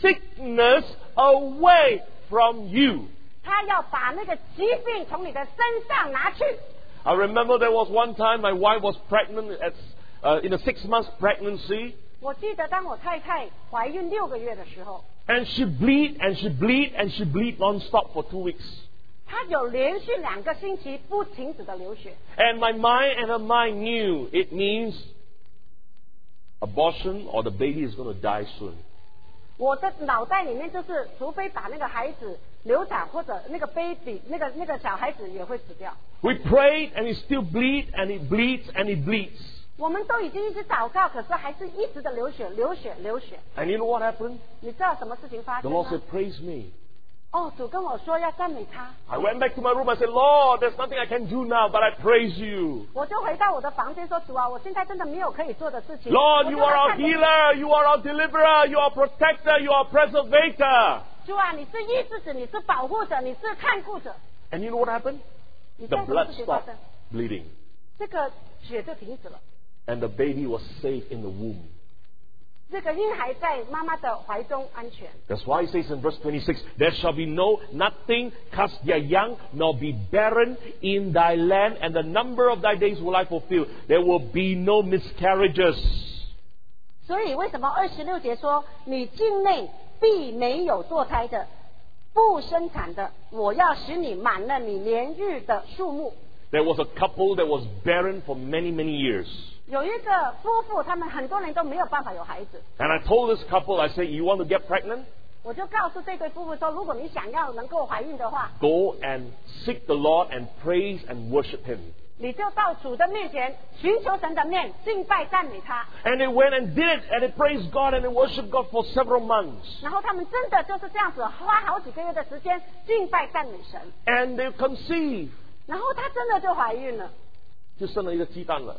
Speaker 1: sickness away from you.
Speaker 2: 他要把那个疾病从你的身上拿去。
Speaker 1: I remember there was one time my wife was pregnant at, uh, in a six month pregnancy
Speaker 2: 我记得当我太太怀孕六个月的时候，
Speaker 1: and she bleed and she bleed and she bleed non-stop for two weeks.
Speaker 2: 她有连续两个星期不停止的流血。
Speaker 1: And my mind and her mind knew it means abortion or the baby is going to die soon.
Speaker 2: 我的脑袋里面就是，除非把那个孩子流产，或者那个 baby 那个那个小孩子也会死掉。
Speaker 1: We prayed and it still bleed and it bleeds and it bleeds.
Speaker 2: 我们都已经一直祷告，可是还是一直的流血，流血，流血。
Speaker 1: And you know what happened?
Speaker 2: 你知道什么事情发
Speaker 1: The
Speaker 2: 生
Speaker 1: Lord
Speaker 2: 吗？
Speaker 1: said, Praise me.
Speaker 2: 哦，主跟我说要赞美他，
Speaker 1: I went back to my room. I said, Lord, there's nothing I can do now, but I praise you.
Speaker 2: 我就回到我的房间说：“主啊，我现在真的没有可以做的事情。”
Speaker 1: Lord,
Speaker 2: 我
Speaker 1: you
Speaker 2: 就
Speaker 1: are
Speaker 2: 来
Speaker 1: our
Speaker 2: 看你
Speaker 1: healer, you are our deliverer, you are our protector, you are our preservator.
Speaker 2: 主啊，你是医治者，你是保护者，你是看顾者。
Speaker 1: And you know what happened?
Speaker 2: 你
Speaker 1: The
Speaker 2: 知道什么
Speaker 1: blood
Speaker 2: 事情发
Speaker 1: stopped
Speaker 2: 生？
Speaker 1: bleeding,
Speaker 2: 这个血就停止了，
Speaker 1: and the baby was safe in the womb.
Speaker 2: 这个婴孩在妈妈的怀中安全。
Speaker 1: That's why he says in verse 26, There shall be no nothing cast their young, nor be barren in thy land, and the number of thy days will I fulfill. There will be no miscarriages.
Speaker 2: 所以为什么二十六节说你境内必没有堕胎的，不生产的，我要使你满了你年日的数目。
Speaker 1: There was a couple that was barren for many, many years.
Speaker 2: 有一个夫妇，他们很多人都没有办法有孩子。
Speaker 1: And I told this couple, I said, You want to get pregnant?
Speaker 2: 我就告诉这对夫妇说，如果你想要能够怀孕的话，
Speaker 1: Go and seek the Lord and praise and worship Him.
Speaker 2: 你就到主的面前寻求神的面，敬拜赞美他。
Speaker 1: And they went and did it, and they praised God and they worshiped God for several months.
Speaker 2: 然后他们真的就是这样子，花好几个月的时间敬拜赞美神，
Speaker 1: And they conceived.
Speaker 2: 然后她真的就怀孕了。
Speaker 1: 就生了一个鸡蛋了.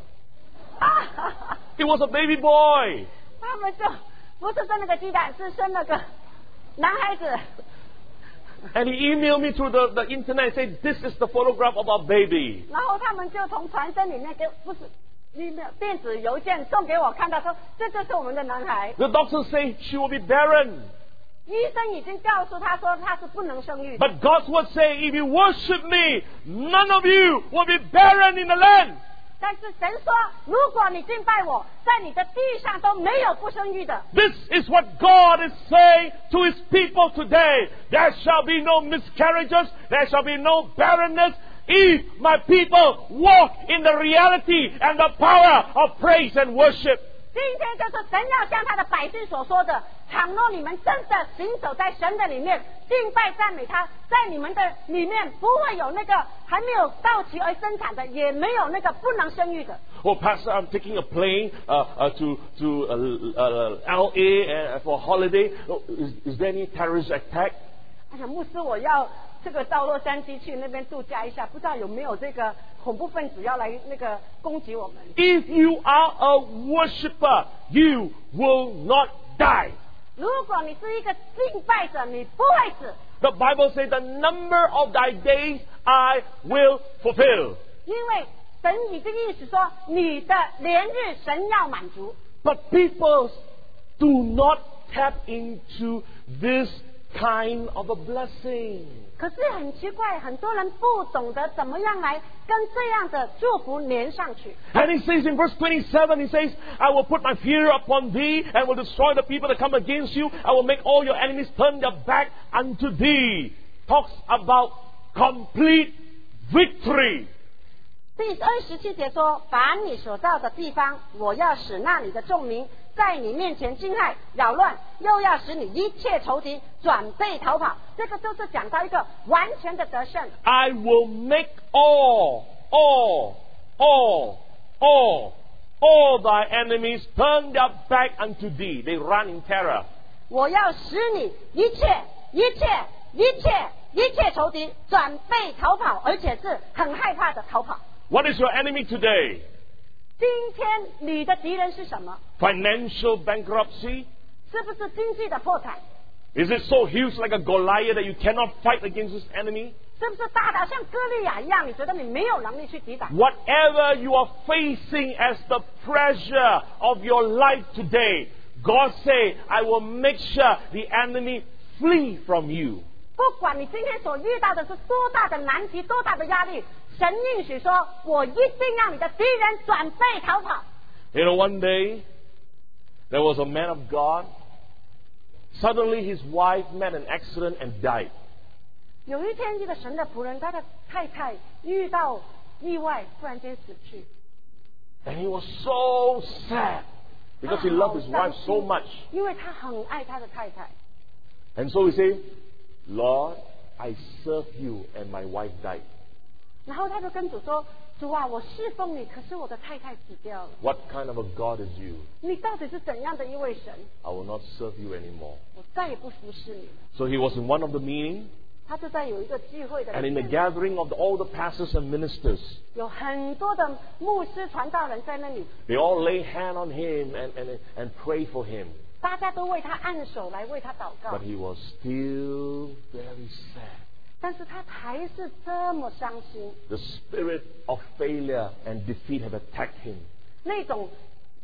Speaker 2: 啊，哈哈
Speaker 1: It was a baby boy.
Speaker 2: 他们就不是生了个鸡蛋，是生了个男孩子。
Speaker 1: And he emailed me through the, the internet and said, This is the photograph of our baby.
Speaker 2: 然后他们就从传真里面给不是。email 电子邮件送给我看到说，这就是我们的男孩。
Speaker 1: The doctors say she will be barren.
Speaker 2: 医生已经告诉他说他是不能生育的，
Speaker 1: But God's word say, If you worship me, none of you will be barren in the land.
Speaker 2: 但是神说，如果你敬拜我，在你的地上都没有不生育的。
Speaker 1: This is what God is saying to His people today. There shall be no miscarriages, there shall be no barrenness. If my people walk in the reality and the power of praise and worship,
Speaker 2: 今天就是神要向他的百姓所说的，倘若你们真的行走在神的里面，敬拜赞美他，在你们的里面不会有那个还没有到期而生产的，也没有那个不能生育的。
Speaker 1: Oh, Pastor, I'm taking a plane uh, uh, to to uh, uh, LA uh, for holiday. Oh, is, is there any terrorist attack?
Speaker 2: 哎呀，牧师，我要这个到洛杉矶去那边度假一下，不知道有没有这个恐怖分子要来那个攻击我们。
Speaker 1: If you are a worshipper, you will not die.
Speaker 2: 如果你是一个敬拜者，你不会死，
Speaker 1: The Bible says, "The number of thy days I will fulfill."
Speaker 2: 因为神已经意思说，你的连日神要满足。
Speaker 1: But people do not tap into this kind of a blessing.
Speaker 2: 可是很奇怪，很多人不懂得怎么样来跟这样的祝福连上去。
Speaker 1: And he says in verse 27, he says, I will put my fear upon thee and will destroy the people that come against you. I will make all your enemies turn their back unto thee. Talks about complete victory.
Speaker 2: 第二十七节说：“凡你所到的地方，我要使那里的众民在你面前惊骇、扰乱，又要使你一切仇敌转背逃跑。”这个都是讲到一个完全的得胜。
Speaker 1: I will make all, all, all, all, all thy enemies turn their back unto thee. They run in terror.
Speaker 2: 我要使你一切、一切、一切、一切仇敌转背逃跑，而且是很害怕的逃跑。
Speaker 1: What is your enemy today?
Speaker 2: 今天你的敌人是什么？
Speaker 1: Financial bankruptcy?
Speaker 2: 是不是经济的破产？
Speaker 1: Is it so huge like a Goliath that you cannot fight against this enemy?
Speaker 2: 是不是大到像歌利亚一样？你觉得你没有能力去抵挡？
Speaker 1: 嗯 Whatever you are facing as the pressure of your life today, God say, I will make sure the enemy flee from you.
Speaker 2: 不管你今天所遇到的是多大的难题、多大的压力，神应许说：“我一定让你的敌人转背逃跑。
Speaker 1: You know, one day there was a man of God. Suddenly his wife met an accident and died. ”
Speaker 2: 有一天，一个神的仆人，他的太太遇到意外，突然间死去，
Speaker 1: And he was so sad 嗯 because he loved his
Speaker 2: 他好
Speaker 1: wife
Speaker 2: 伤
Speaker 1: so
Speaker 2: 心
Speaker 1: much.
Speaker 2: 因为他很爱他的太太。
Speaker 1: And so he said, Lord, I serve you and my wife died.
Speaker 2: 然后他就跟主说：“主啊，我侍奉你，可是我的太太死掉了。
Speaker 1: What kind of a God is you?
Speaker 2: 你到底是怎样的一位神？
Speaker 1: I will not serve you anymore.
Speaker 2: 我再也不服侍你了。
Speaker 1: So he was in one of the meeting, ”
Speaker 2: 他就在有一个聚会的
Speaker 1: and
Speaker 2: 里
Speaker 1: in the
Speaker 2: 面
Speaker 1: gathering of all the pastors and ministers,
Speaker 2: 有很多的牧师传道人在那里，
Speaker 1: they all lay hand on him and, and, and pray for him.
Speaker 2: 大家都为他按手来为他祷告
Speaker 1: But，he was still very sad.
Speaker 2: 但是他还是这么伤心，
Speaker 1: The spirit of failure and defeat had attacked him.
Speaker 2: 那种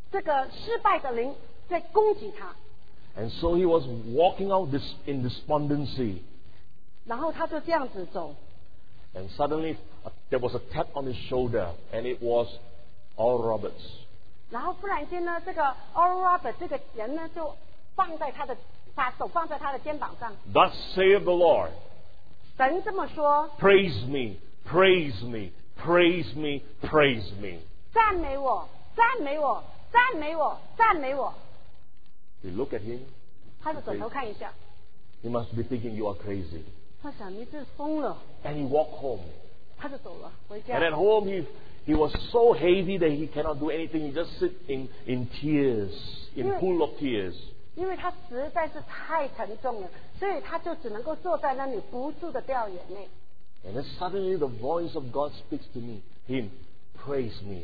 Speaker 2: 这个失败的灵在攻击他，
Speaker 1: And so he was walking out this in despondency.
Speaker 2: 然后他就这样子走，
Speaker 1: And suddenly uh, there was a tap on his shoulder, and it was All Roberts.
Speaker 2: 然后忽然间呢，这个 Oral Robert 这个人呢就放在他的把手放在他的肩膀上，
Speaker 1: Thus saith the Lord.
Speaker 2: 神这么说，
Speaker 1: Praise me, praise me, praise me, praise me.
Speaker 2: 赞美我，赞美我，赞美我，赞美我，
Speaker 1: You look at him,
Speaker 2: 他就转头看一下，
Speaker 1: he must be thinking you are crazy.
Speaker 2: 他想你是疯了，
Speaker 1: And he walked home.
Speaker 2: 他就走了回家
Speaker 1: And。at home, he, he was so heavy that he cannot do anything. He just sit in, in tears, in
Speaker 2: Yeah.
Speaker 1: pool of tears.
Speaker 2: 因为他实在是太沉重了，所以他就只能够坐在那里不住的掉眼泪。
Speaker 1: And then suddenly the voice of God speaks to me, him, praise me.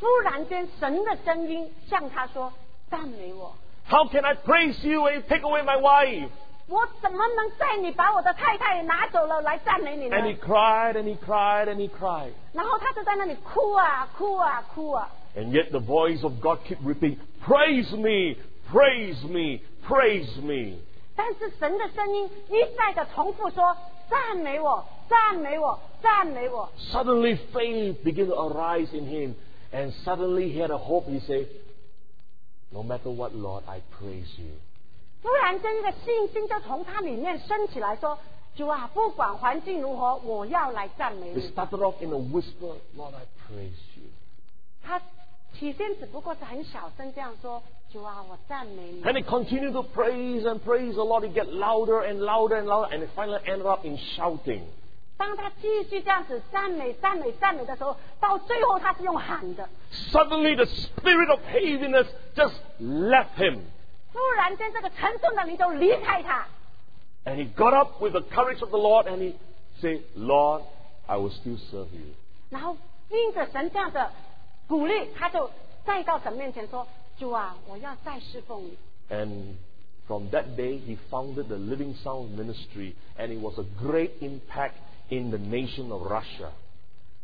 Speaker 2: 忽然间，神的声音向他说：“赞美我，
Speaker 1: How can I praise you when you take away my wife?
Speaker 2: 我怎么能在你把我的太太拿走了来赞美你呢
Speaker 1: And he cried and he cried and he cried.？”
Speaker 2: 然后他就在那里哭啊哭啊哭啊，
Speaker 1: And yet the voice of God kept repeating, Praise me, praise me, praise me.
Speaker 2: 但是神的声音一再的重复说：“赞美我，赞美我，赞美我。
Speaker 1: Suddenly faith began to arise in him And suddenly he had a hope. He said, No matter what, Lord, I praise you.
Speaker 2: 突然间，一个信心就从他里面升起来，说：“主啊，不管环境如何，我要来赞美
Speaker 1: It
Speaker 2: 你。
Speaker 1: started off in a whisper, Lord, I praise you. ”
Speaker 2: 他起先只不过是很小声这样说：“主啊，我赞美你。
Speaker 1: And it continued to praise and praise the Lord. It get louder and louder and louder, and it finally ended up in shouting. ”
Speaker 2: 当他继续这样子赞美、赞美、赞美的时候，到最后他是用喊的。
Speaker 1: Suddenly, the spirit of heaviness just left him.
Speaker 2: 突然间，这个沉重的灵就离开他。
Speaker 1: And he got up with the courage of the Lord and he said, Lord, I will still serve you.
Speaker 2: 然后因着神这样的鼓励，他就再到神面前说：“主啊，我要再侍奉你。
Speaker 1: And from that day, he founded the Living Sound Ministry, and it was a great impact in the nation of Russia. ”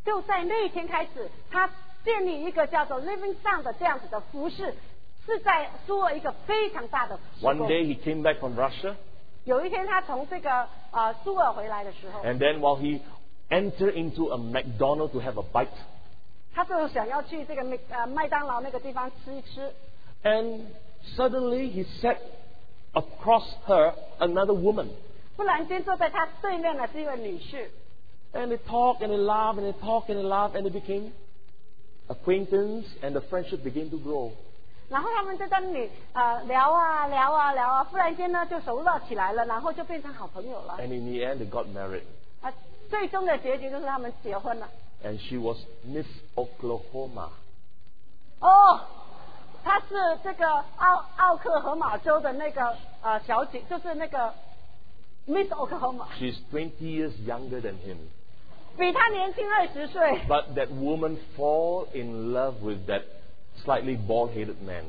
Speaker 2: 就在那一天开始，他建立一个叫做 Living Sound 的这样子的服饰，是在苏俄一个非常大的施
Speaker 1: One
Speaker 2: 工
Speaker 1: day, he came back from Russia,
Speaker 2: 有一天，他从这个呃苏俄回来的时候，
Speaker 1: and then while he entered into a McDonald's to have a bite,
Speaker 2: 他就想要去这个麦呃麦当劳那个地方吃一吃。
Speaker 1: and suddenly he sat across her another woman.
Speaker 2: 忽然间，坐在他对面的是一位女士，
Speaker 1: And they talked and they laughed and they talked and they laughed, and they became acquaintance, and the friendship began to grow.
Speaker 2: 然后他们就在那里呃聊啊聊啊聊啊，忽然间呢就熟络起来了，然后就变成好朋友了。
Speaker 1: And in the end, they got married.
Speaker 2: 啊，最终的结局就是他们结婚了。
Speaker 1: And she was Miss Oklahoma.
Speaker 2: 哦，她是这个奥奥克荷马州的那个呃小姐，就是那个 Miss Oklahoma，
Speaker 1: She's 20 years younger than him.
Speaker 2: 比他年轻二十岁。
Speaker 1: But that woman fall in love with that slightly bald-headed man.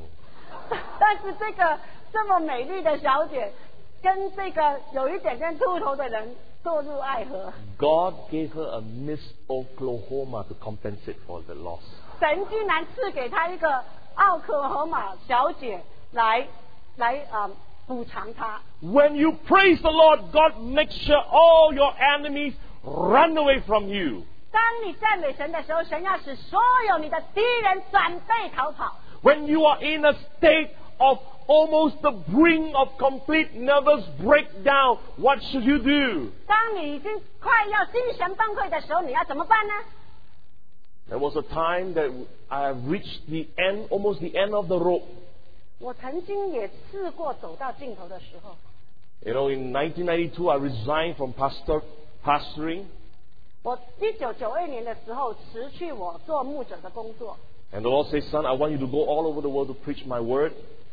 Speaker 2: 但是这个这么美丽的小姐，跟这个有一点点秃头的人堕入爱河。
Speaker 1: 嗯 God gave her a Miss Oklahoma to compensate for the loss.
Speaker 2: 神竟然赐给她一个奥克荷马小姐来来啊、呃补偿她。
Speaker 1: When you praise the Lord, God makes sure all your enemies run away from you.
Speaker 2: 当你赞美神的时候，神要使所有你的敌人转背逃跑。
Speaker 1: When you are in a state of almost the brink of complete nervous breakdown, what should you do?
Speaker 2: 当你已经快要精神崩溃的时候，你要怎么办呢？
Speaker 1: There was a time that I reached the end, almost the end of the rope.
Speaker 2: 我曾经也试过走到尽头的时候。
Speaker 1: You know, in 1992, I resigned from pastor, pastoring,
Speaker 2: 我一九九二年的时候辞去我做牧者的工作，
Speaker 1: and the Lord said, Son, I want you to go all over the world to preach my word.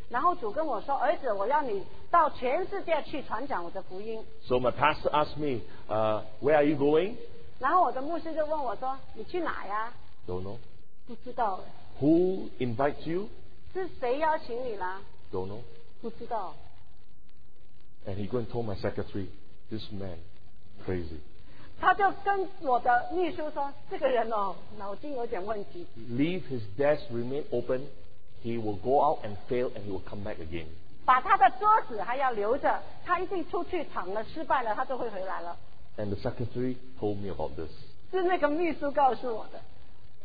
Speaker 2: 然后主跟我说：“儿子，我要你到全世界去传讲我的福音。
Speaker 1: So my pastor asked me, uh, Where are you going? ”
Speaker 2: 然后我的牧师就问我说：“你去哪呀
Speaker 1: Don't know.？”
Speaker 2: 不知道，
Speaker 1: Who invites you?
Speaker 2: 是谁邀请你啦？
Speaker 1: Don't know.
Speaker 2: 不知道。
Speaker 1: And he go and told my secretary, This man, crazy.
Speaker 2: 他就跟我的秘书说：“这个人哦，脑筋有点问题。
Speaker 1: leave his desk remain open, he will go out and fail and he will come back again.
Speaker 2: 把他的桌子还要留着，他一定出去闯了失败了，他就会回来了。
Speaker 1: And the secretary told me about this.
Speaker 2: 是那个秘书告诉我的。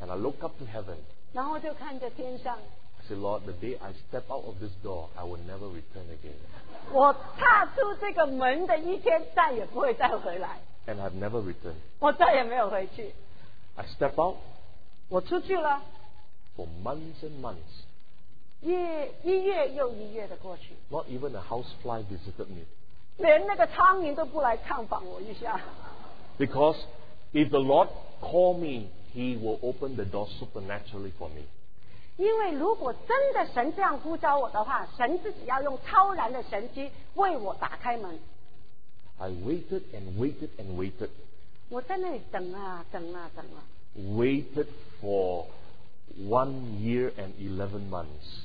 Speaker 1: And I looked up to heaven.
Speaker 2: 然后就看着天上，
Speaker 1: I said, Lord, the day I step out of this door, I will never return again.
Speaker 2: 我踏出这个门的一天，再也不会再回来，
Speaker 1: And I've never returned.
Speaker 2: 我再也没有回去。
Speaker 1: I step out
Speaker 2: 我出去了，
Speaker 1: for months and months.
Speaker 2: 一一月又一月的过去，
Speaker 1: Not even a housefly visited me.
Speaker 2: 连那个苍蝇都不来探访我一下。
Speaker 1: Because if the Lord call me, he will open the door supernaturally for me.
Speaker 2: 因为如果真的神这样呼召我的话，神自己要用超然的神机为我打开门。
Speaker 1: I waited and waited and waited.
Speaker 2: 我在那里等啊等啊等啊，
Speaker 1: waited for one year and 11 months.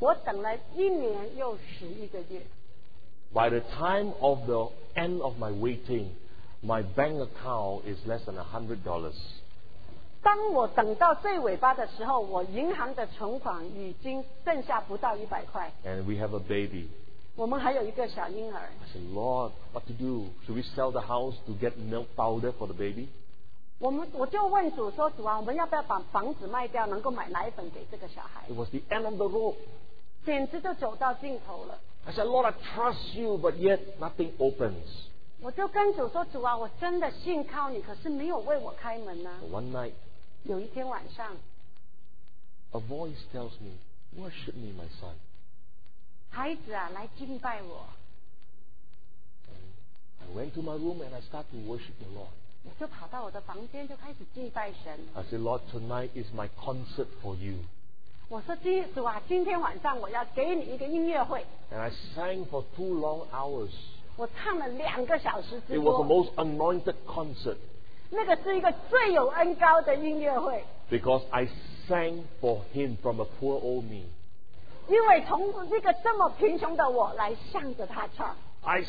Speaker 2: 我等了一年又十一个月。
Speaker 1: By the time of the end of my waiting, my bank account is less than $100.
Speaker 2: 当我等到最尾巴的时候，我银行的存款已经剩下不到一百块，
Speaker 1: And we have a baby.
Speaker 2: 我们还有一个小婴儿。
Speaker 1: I said, Lord, what to do? Should we sell the house to get milk powder for the baby?
Speaker 2: 我们我就问主说：“主啊，我们要不要把房子卖掉，能够买奶粉给这个小孩
Speaker 1: It？was the end of the road.
Speaker 2: 简直就走到尽头了。
Speaker 1: I said, Lord, I trust you, but yet nothing opens. ”
Speaker 2: 我就跟主说：“主啊，我真的信靠你，可是没有为我开门呢、啊
Speaker 1: But one night,
Speaker 2: 有一天晚上，
Speaker 1: a voice tells me, Worship me, my son.
Speaker 2: 孩子啊，来敬拜我。
Speaker 1: And I went to my room and I started to worship the Lord.
Speaker 2: 我就跑到我的房间，就开始敬拜神。
Speaker 1: I said, Lord, tonight is my concert for you.
Speaker 2: 我说：“今主啊，今天晚上我要给你一个音乐会。
Speaker 1: And I sang for two long hours. ”
Speaker 2: 我唱了两个小时之
Speaker 1: It was the
Speaker 2: 多，
Speaker 1: most anointed concert
Speaker 2: 那个是一个最有恩高的音乐会，
Speaker 1: because I sang for him from a poor old me.
Speaker 2: 因为从一个这么贫穷的我来向着他唱，
Speaker 1: I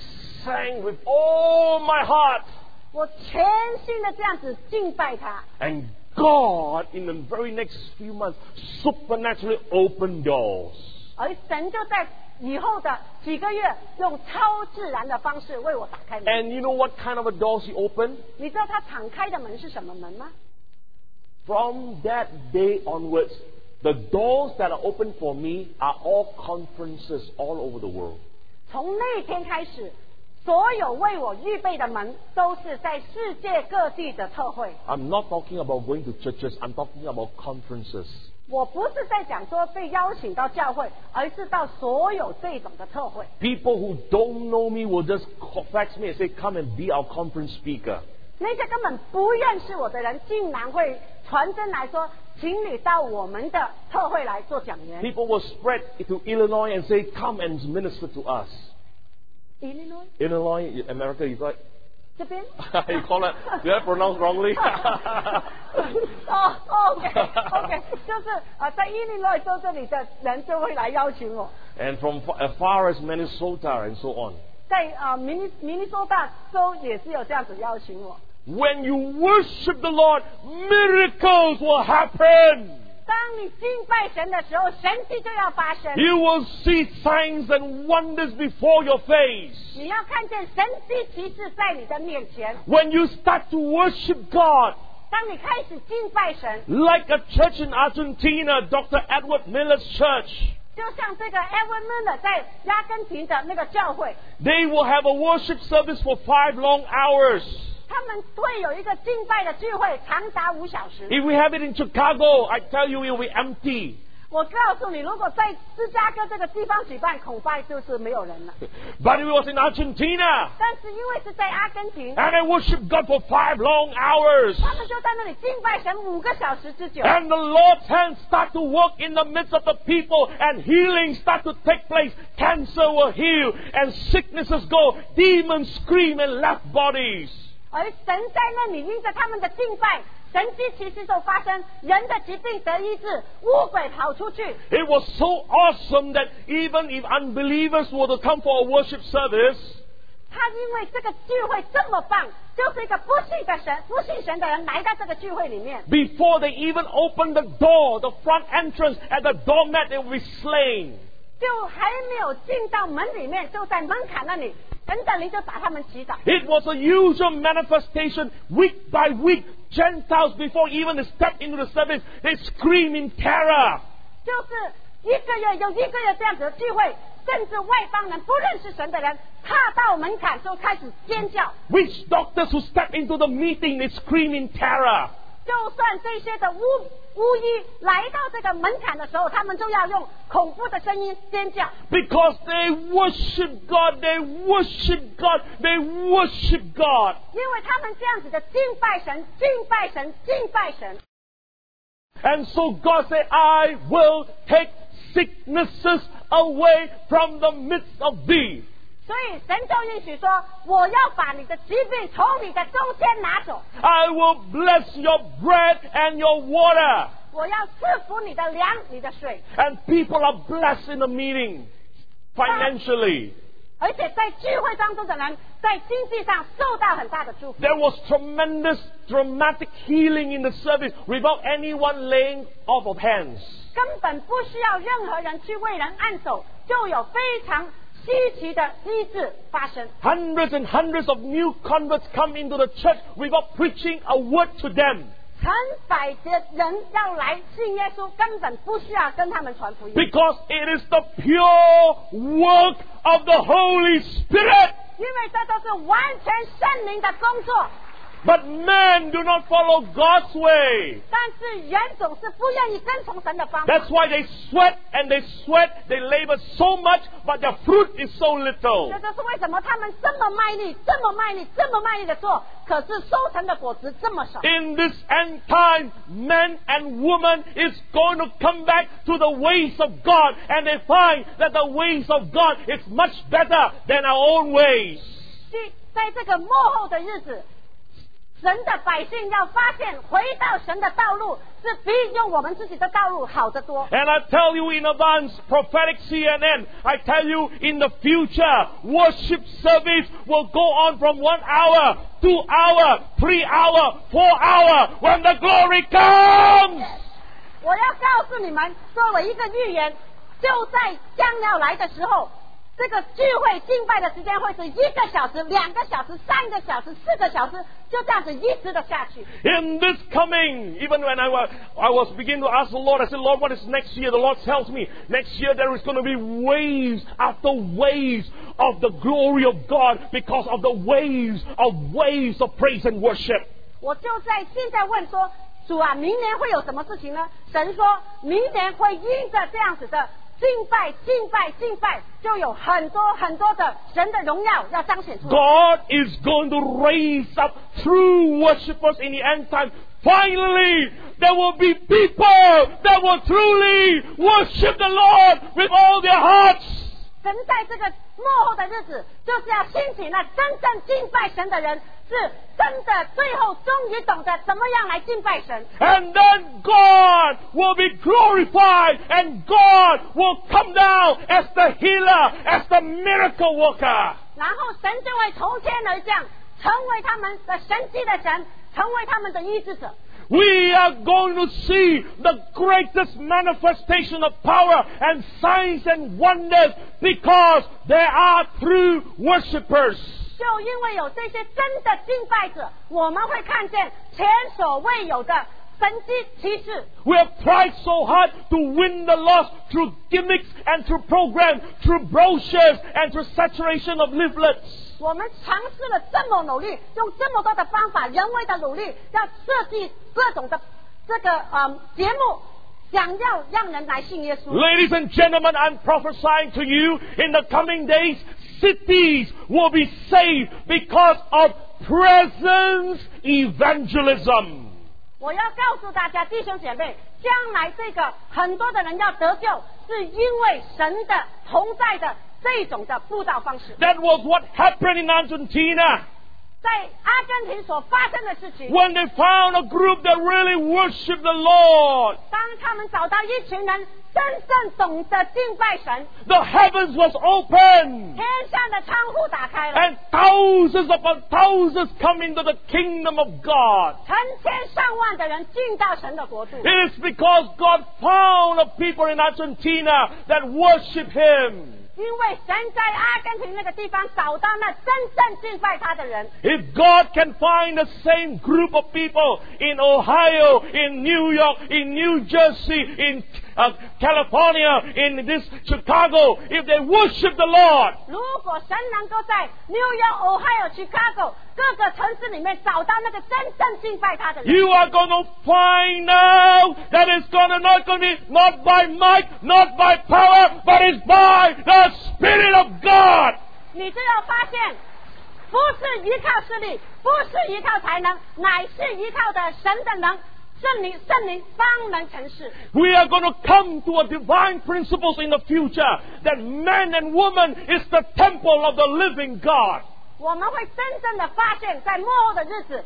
Speaker 1: sang with all my heart.
Speaker 2: 我全心的这样子敬拜他。
Speaker 1: And God, in the very next few months, supernaturally opened doors.
Speaker 2: 而神就在以后的几个月，用超自然的方式为我打开门。
Speaker 1: And you know what kind of a doors He opened?
Speaker 2: 你知道他敞开的门是什么门吗？
Speaker 1: From that day onwards, the doors that are open for me are all conferences all over the world.
Speaker 2: 从那天开始，所有为我预备的门都是在世界各地的特会。
Speaker 1: I'm not talking about going to churches, I'm talking about conferences.
Speaker 2: 我不是在讲说被邀请到教会，而是到所有这种的特会。
Speaker 1: People who don't know me will just co- fax me and say, Come and be our conference speaker.
Speaker 2: 那些根本不认识我的人，竟然会传真来说，请你到我们的特会来做讲员。
Speaker 1: People will spread to Illinois and say, Come and minister to us.
Speaker 2: Illinois
Speaker 1: Illinois, America, you got
Speaker 2: 这边
Speaker 1: you call it, did I pronounce wrongly?
Speaker 2: 哦、o k OK，就是呃，在伊利诺州这里的人就会来邀请我，
Speaker 1: and from fa- as far as Minnesota and so on.
Speaker 2: 在呃明尼明尼苏达州也是有这样子邀请我。
Speaker 1: When you worship the Lord, miracles will happen.
Speaker 2: 当你敬拜神的时候，神迹就要发生，
Speaker 1: You will see signs and wonders before your face.
Speaker 2: 你要看见神迹奇事在你的面前。
Speaker 1: When you start to worship God,
Speaker 2: 当你开始敬拜神，
Speaker 1: like a church in Argentina, Dr. Edward Miller's church,
Speaker 2: 就像这个 Evan Miller 在阿根廷的那个教会，
Speaker 1: they will have a worship service for five long hours.
Speaker 2: 他们会有一个敬拜的聚会，长达五小时。
Speaker 1: If we have it in Chicago, I tell you, it will be empty.
Speaker 2: 我告诉你，如果在芝加哥这个地方举办，恐怕就是没有人了。
Speaker 1: But it was in Argentina.
Speaker 2: 但是因为是在阿根廷，
Speaker 1: And I worshiped God for five long hours.
Speaker 2: 他们就在那里敬拜神五个小时之久，
Speaker 1: And the Lord's hand start to work in the midst of the people and healing start to take place. Cancer will heal and sicknesses go. Demons scream and left bodies.
Speaker 2: 而神在那里因着他们的敬拜，神迹奇事就发生，人的疾病得医治，污鬼跑出去。
Speaker 1: It was so awesome that even if unbelievers were to come for a worship service,
Speaker 2: 他因为这个聚会这么棒，就是一个不信的神、不信神的人来到这个聚会里面，
Speaker 1: before they even opened the door, the front entrance at the doormat, they will be slain.
Speaker 2: 就还没有进到门里面，就在门槛那里，等等，你就把他们击倒。
Speaker 1: It was a usual manifestation week by week. Gentiles, before even they step into the service, they scream in terror.
Speaker 2: 就是一个月有一个月这样子的聚会，甚至外邦人不认识神的人踏到门槛就开始尖叫。
Speaker 1: Witch doctors who step into the meeting, they scream in terror.
Speaker 2: 就算这些的巫巫医来到这个门槛的时候，他们就要用恐怖的声音尖叫，
Speaker 1: Because they worship God, they worship God, they worship God.
Speaker 2: 因为他们这样子的敬拜神、敬拜神、敬拜神。
Speaker 1: And so God said, I will take sicknesses away from the midst of thee.
Speaker 2: 所以神就允许说：“我要把你的疾病从你的中间拿走，
Speaker 1: I will bless your bread and your water.
Speaker 2: 我要赐福你的粮、你的水。
Speaker 1: And people are blessed in the meeting financially. ”
Speaker 2: 而且在聚会当中的人，在经济上受到很大的祝福。
Speaker 1: There was tremendous, dramatic healing in the service without anyone laying off of hands.
Speaker 2: 根本不需要任何人去为人按手，就有非常稀奇的医治发生。
Speaker 1: Hundreds and hundreds of new converts come into the church without preaching a word to them
Speaker 2: 成百的人要来信耶稣，根本不需要跟他们传福音，
Speaker 1: because it is the pure work of the Holy Spirit.
Speaker 2: 因为这都是完全圣灵的工作。
Speaker 1: But men do not follow God's way.
Speaker 2: 但是人总是不愿意跟从神的方法，
Speaker 1: That's why they sweat and they sweat, they labor so much, but their fruit is so little.
Speaker 2: 这就是为什么他们这么卖力、这么卖力、这么卖力的做，可是收成的果子这么少。
Speaker 1: In this end time, men and women is going to come back to the ways of God, and they find that the ways of God is much better than our own ways.
Speaker 2: 去在这个幕后的日子，神的百姓要发现回到神的道路是比用我们自己的道路好得多。
Speaker 1: And I tell you in advance, prophetic CNN, I tell you in the future, worship service will go on from one hour, two hour, three hour, four hour, when the glory comes.
Speaker 2: 我要告诉你们，作为一个预言，就在将要来的时候，这个聚会敬拜的时间会是一个小时、两个小时、三个小时、四个小时，就这样子一直的下去。
Speaker 1: In this coming, even when I was, I was beginning to ask the Lord, I said, Lord, what is next year? The Lord tells me, next year there is going to be waves after waves of the glory of God because of the waves of waves of praise and worship.
Speaker 2: 我就在现在问说，主啊，明年会有什么事情呢？神说明年会因着这样子的敬拜、敬拜、敬拜，就有很多很多的神的荣耀要彰显出来。
Speaker 1: God is going to raise up true worshippers in the end time. Finally, there will be people that will truly worship the Lord with all their hearts.
Speaker 2: 神在这个幕后的日子，就是要兴起那真正敬拜神的人，是真的最后终于懂得怎么样来敬拜神。
Speaker 1: And then God will be glorified and God will come down as the healer, as the miracle worker.
Speaker 2: 然后神就会从天而降，成为他们的神迹的神，成为他们的医治者。
Speaker 1: We are going to see the greatest manifestation of power and signs and wonders because there are true worshippers.
Speaker 2: 就因为有这些真的敬拜者，我们会看见前所未有的神迹奇事。
Speaker 1: We have tried so hard to win the lost through gimmicks and through program, through brochures and through saturation of leaflets.
Speaker 2: 我们尝试了这么努力，用这么多的方法，人为的努力，要设计各种的这个呃节目，想要让人来信耶稣。
Speaker 1: Ladies and gentlemen, I'm prophesying to you in the coming days, cities will be saved because of presence evangelism.
Speaker 2: 我要告诉大家，弟兄姐妹，将来这个很多的人要得救，是因为神的同在的这种的布道方式，
Speaker 1: That was what happened in Argentina
Speaker 2: 在阿根廷所发生的事情。
Speaker 1: when they found a group that really worshiped the Lord.
Speaker 2: 当他们找到一群人真正懂得敬拜神，
Speaker 1: The heavens was open
Speaker 2: 天上的窗户打开了，
Speaker 1: and thousands upon thousands come into the kingdom of God.
Speaker 2: 成千上万的人进到神的国度。
Speaker 1: It is because God found a people in Argentina that worship Him.
Speaker 2: 因为神在阿根廷那个地方找到那真正敬拜他的人，
Speaker 1: If God can find the same group of people in Ohio, in New York, in New Jersey, in uh, California, in this Chicago, if they worship the Lord,
Speaker 2: 如果神能够在 New York、Ohio、Chicago 各个城市里面找到那个真正敬拜他的人，
Speaker 1: you are going to find out that it's gonna not going to be not by might, not by power, but it's by the Spirit of God.
Speaker 2: 你就要发现，不是依靠势力，不是依靠才能，乃是依靠的神的能，圣灵圣灵帮人成事。
Speaker 1: We are going to come to a divine principles in the future that man and woman is the temple of the living God.
Speaker 2: 我们会真正的发现，在幕后的日子，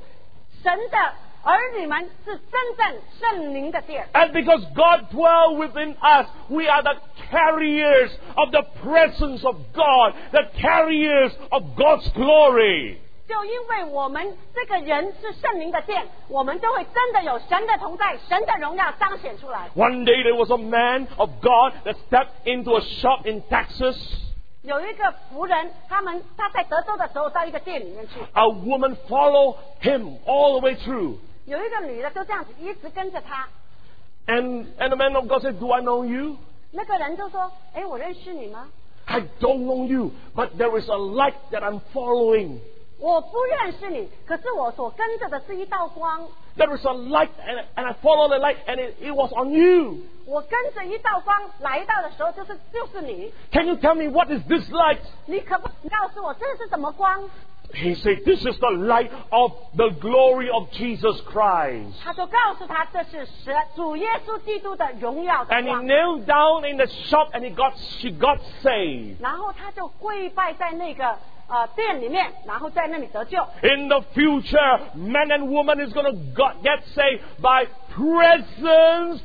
Speaker 2: 神的儿女们是真正圣灵的殿。
Speaker 1: And because God dwells within us, we are the carriers of the presence of God, the carriers of God's glory.
Speaker 2: 就因为我们这个人是圣灵的殿，我们就会真的有神的同在，神的荣耀彰显出来。
Speaker 1: One day there was a man of God that stepped into a shop in Texas.
Speaker 2: 有一个仆人，他们他在德州的时候到一个店里面去，
Speaker 1: A woman followed him all the way through.
Speaker 2: 有一个女的就这样子一直跟着他。
Speaker 1: And, and the man of God said, Do I know you?
Speaker 2: 那个人就说：“哎，我认识你吗？
Speaker 1: I don't know you, but there is a light that I'm following.
Speaker 2: 我不认识你，可是我所跟着的是一道光，
Speaker 1: There is a light, and, and I follow the light, and it, it was on you.
Speaker 2: 我跟着一道光来到的时候，就是就是你。
Speaker 1: Can you tell me what is this light?
Speaker 2: 你可不你告诉我这是什么光？”
Speaker 1: He said, This is the light of the glory of Jesus Christ.
Speaker 2: 他就告诉他这是神主耶稣基督的荣耀的
Speaker 1: And he
Speaker 2: 光。
Speaker 1: knelt down in the shop and he got, she got saved.
Speaker 2: 然后他就跪拜在那个呃店里面，然后在那里得救。
Speaker 1: In the future, man and woman is going to go- get saved by presence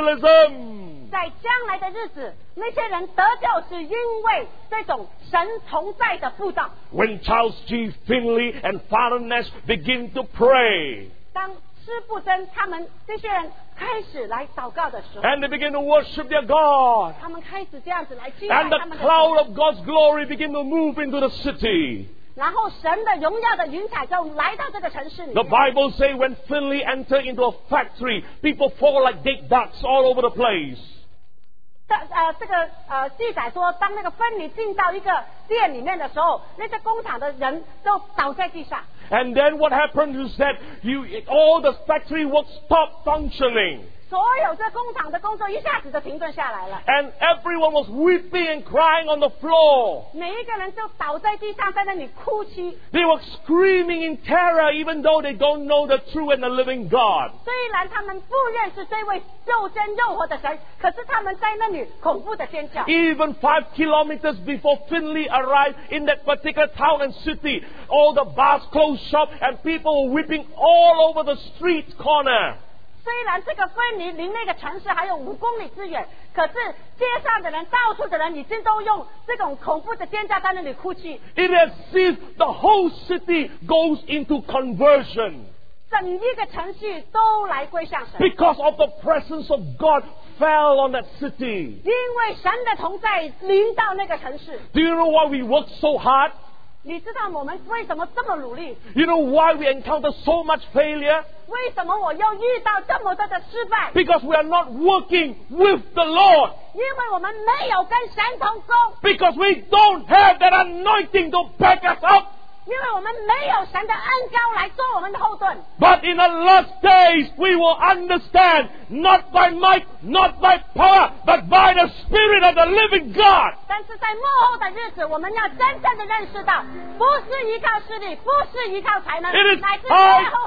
Speaker 1: evangelism.
Speaker 2: 在将来的日子，那些人得救是因为这种神同在的布道。
Speaker 1: When Charles G. Finley and Father Nash begin to pray
Speaker 2: 当师傅真他们这些人开始来祷告的时候，
Speaker 1: and they begin to worship their God,
Speaker 2: 他们开始这样子来敬拜
Speaker 1: and
Speaker 2: 他
Speaker 1: the
Speaker 2: 们的神
Speaker 1: cloud of God's glory begin to move into the city.
Speaker 2: 然后神的荣耀的云彩就来到这个城市里
Speaker 1: The
Speaker 2: 面。
Speaker 1: Bible says when Finley entered into a factory, people fall like dead ducks all over the place.
Speaker 2: 这呃，这个呃记载说，当那个芬尼进到一个店里面的时候，那些工厂的人都倒在地上。
Speaker 1: And then what happened is that you, all the factory work stopped functioning.
Speaker 2: 所有这工厂的工作一下子就停顿下来了，
Speaker 1: And everyone was weeping and crying on the floor.
Speaker 2: 每一个人就倒在地上，在那里哭泣。
Speaker 1: They were screaming in terror even though they don't know the true and the living God.
Speaker 2: 虽然他们不认识这位肉身肉活的神，可是他们在那里恐怖的尖叫。
Speaker 1: Even five kilometers before Finley arrived in that particular town and city, all the bars closed shop and people were weeping all over the street corner.
Speaker 2: 虽然这个分离离那个城市还有五公里之远，可是街上的人、到处的人已经都用这种恐怖的尖叫在那里哭泣。
Speaker 1: It is as if the whole city goes into conversion
Speaker 2: 整一个城市都来归向神，
Speaker 1: because of the presence of God fell on that city.
Speaker 2: 因为神的同在临到那个城市。
Speaker 1: Do you know why we work so hard?
Speaker 2: 你知道我们为什么这么努力？
Speaker 1: You know why we encounter so much failure?
Speaker 2: 为什么我又遇到这么多的失败？
Speaker 1: Because we are not working with the Lord.
Speaker 2: 因为我们没有跟神同工，
Speaker 1: Because we don't have that anointing to back us up.
Speaker 2: 因为我们没有神的恩高来做我们的后盾。
Speaker 1: But in the last days, we will understand not by might, not by power, but by the Spirit of the living God.
Speaker 2: 但是在幕后的日子，我们要真正的认识到，不是依靠势力，不是依靠才能
Speaker 1: It，is
Speaker 2: 乃是
Speaker 1: high
Speaker 2: 背后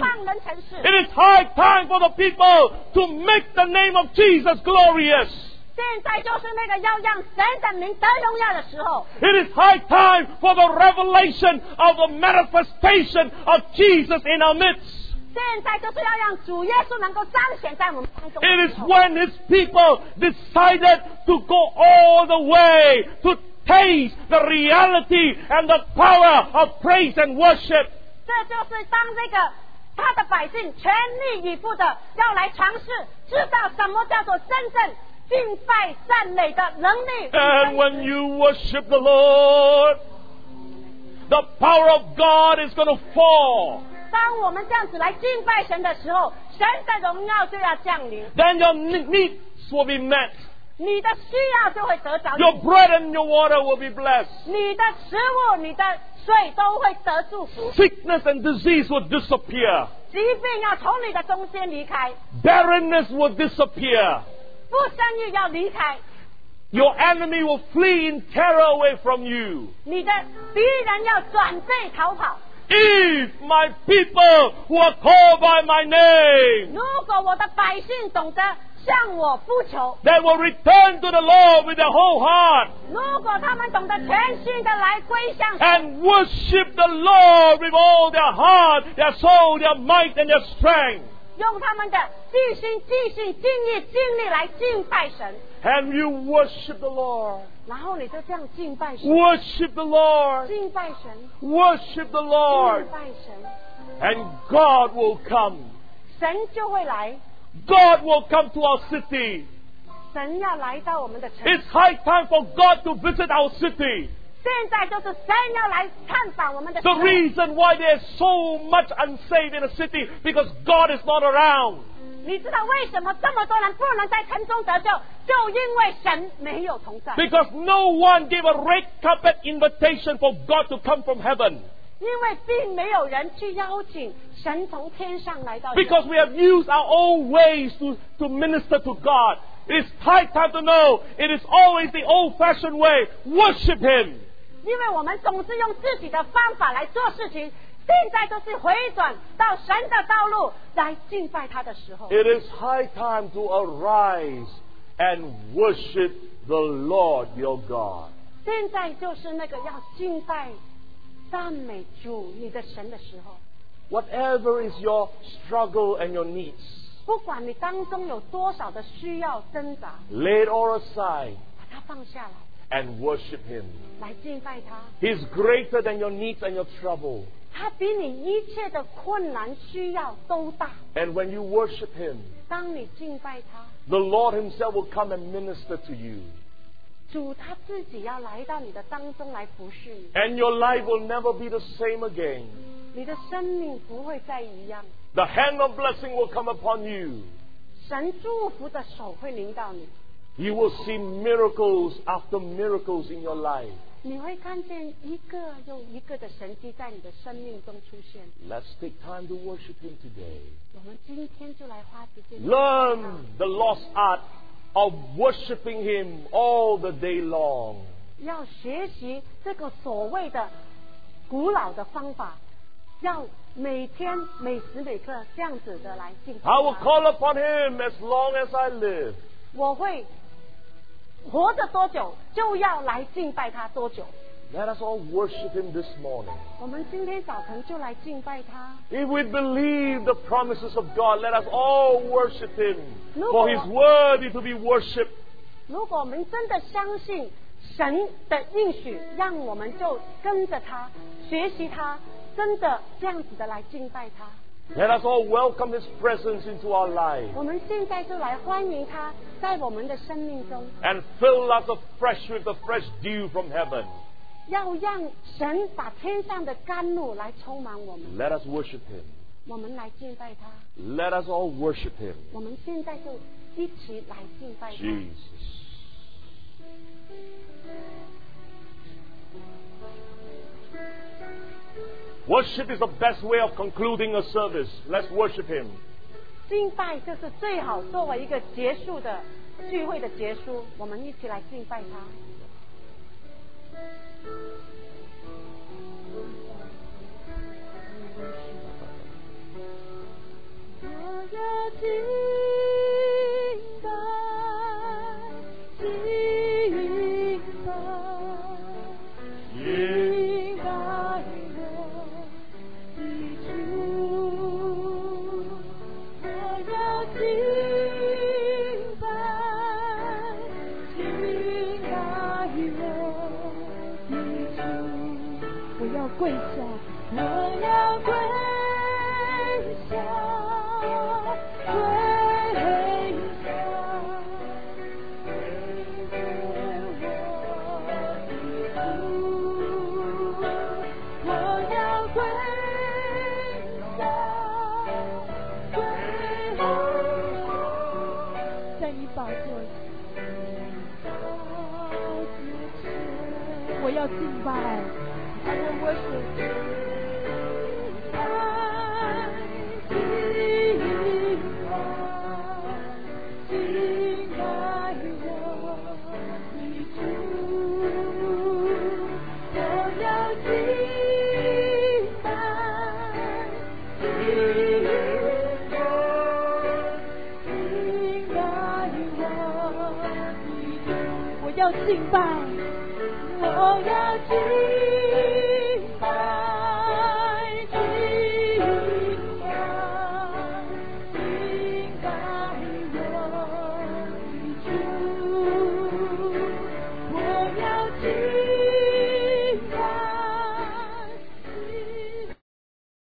Speaker 1: time
Speaker 2: 是放人城市。
Speaker 1: It is high time for the people to make the name of Jesus glorious.
Speaker 2: 现在就是那个要让神的名得荣耀的时候，
Speaker 1: It is high time for the revelation of the manifestation of Jesus in our midst.
Speaker 2: 现在就是要让主耶稣能够彰显在我们当中的时候。
Speaker 1: It is when his people decided to go all the way to taste the reality and the power of praise and worship.
Speaker 2: 这就是当这个他的百姓全力以赴的要来尝试，知道什么叫做真正敬拜赞美的能力。
Speaker 1: And when you worship the Lord, the power of God is going to fall.
Speaker 2: 当我们这样子来敬拜神的时候，神的荣耀就要降临，
Speaker 1: Then your ne- needs will be met.
Speaker 2: 你的需要就会得着
Speaker 1: Your
Speaker 2: 你，
Speaker 1: bread and your water will be blessed.
Speaker 2: 你的食物、你的水都会得祝福，
Speaker 1: Sickness and disease will disappear.
Speaker 2: 疾病要从你的中间离开，
Speaker 1: Barrenness will disappear.
Speaker 2: 不生育要离开，
Speaker 1: Your enemy will flee in terror away from you.
Speaker 2: 你的敌人要转背逃跑。
Speaker 1: If my people who are called by my name,
Speaker 2: 如果我的百姓懂得向我呼求，
Speaker 1: they will return to the Lord with their whole heart
Speaker 2: 如果他们懂得全心的来归向神，
Speaker 1: and worship the Lord with all their heart, their soul, their might, and their strength.
Speaker 2: 用他们的尽心、尽性、尽力、尽力来敬拜神，
Speaker 1: And you worship the Lord.
Speaker 2: 然后你就这样敬拜神，
Speaker 1: Worship the Lord.
Speaker 2: 敬拜神，
Speaker 1: Worship the
Speaker 2: 敬
Speaker 1: Lord.
Speaker 2: 拜神，
Speaker 1: And God will come.
Speaker 2: 神就会来，
Speaker 1: God will come to our city.
Speaker 2: 神要来到我们的城
Speaker 1: It's high time for God to visit our city.
Speaker 2: 现在就是神要来探访我们的
Speaker 1: The
Speaker 2: 城。
Speaker 1: reason why there's so much unsaved in a city because God is not around.
Speaker 2: 你知道为什么这么多人不能在城中得救？就因为神没有同在，
Speaker 1: Because no one gave a red carpet invitation for God to come from heaven.
Speaker 2: 因为并没有人去邀请神从天上来到人。
Speaker 1: Because we have used our own ways to, to minister to God. It is high time to know it is always the old fashioned way. Worship Him.
Speaker 2: 因为我们总是用自己的方法来做事情，现在就是回转到神的道路来敬拜他的时候。
Speaker 1: It is high time to arise and worship the Lord your God.
Speaker 2: 现在就是那个要敬拜、赞美主你的神的时候。
Speaker 1: Whatever is your struggle and your needs,
Speaker 2: 不管你当中有多少的需要挣扎，
Speaker 1: lay it all aside
Speaker 2: 把它放下来，
Speaker 1: and worship Him.
Speaker 2: 来敬拜他。
Speaker 1: He's greater than your needs and your trouble.
Speaker 2: 他比你一切的困难需要都大。
Speaker 1: And when you worship Him,
Speaker 2: 当你敬拜他，
Speaker 1: the Lord Himself will come and minister to you.
Speaker 2: 主他自己要来到你的当中来服侍你，
Speaker 1: And your life will never be the same again.
Speaker 2: 你的生命不会再一样。
Speaker 1: The hand of blessing will come upon you.
Speaker 2: 神祝福的手会领导你，
Speaker 1: You will see miracles after miracles in your life.
Speaker 2: 你会看见一个又一个的神迹在你的生命中出现。
Speaker 1: Let's take time to worship Him today.
Speaker 2: 我们今天就来花时间
Speaker 1: Learn the lost art of worshiping Him all the day long.
Speaker 2: 要学习这个所谓的古老的方法，要每天每时每刻这样子的来敬拜
Speaker 1: I will
Speaker 2: 他。
Speaker 1: call upon Him as long as I live.
Speaker 2: 我会活着多久，就要来敬拜他多久。
Speaker 1: Let us all worship Him this morning.
Speaker 2: 我们今天早晨就来敬拜他。
Speaker 1: If we believe the promises of God, let us all worship Him.
Speaker 2: No.
Speaker 1: For He is worthy to be worshipped.
Speaker 2: 如果我们真的相信神的应许，让我们就跟着他，学习他，真的这样子的来敬拜他。
Speaker 1: Let us all welcome His presence into our life
Speaker 2: 我们现在就来欢迎他在我们的生命中，
Speaker 1: and fill us afresh with the fresh dew from heaven.
Speaker 2: 要让神把天上的甘露来充满我们。
Speaker 1: Let us worship Him.
Speaker 2: 我们来敬拜他，
Speaker 1: Let us all worship Him.
Speaker 2: 我们现在就一起来敬拜他。
Speaker 1: Jesus. Worship is the best way of concluding a service. Let's worship Him.
Speaker 2: 敬拜就是最好作为一个结束的聚会的结束，我们一起来敬拜他。我要敬拜，敬拜，敬拜我的主，我要敬拜，敬拜我的主，我要跪下，我要跪下，跪下。我要跪下，跪下，在你宝座前，我要敬拜，I will worship。敬拜，我要敬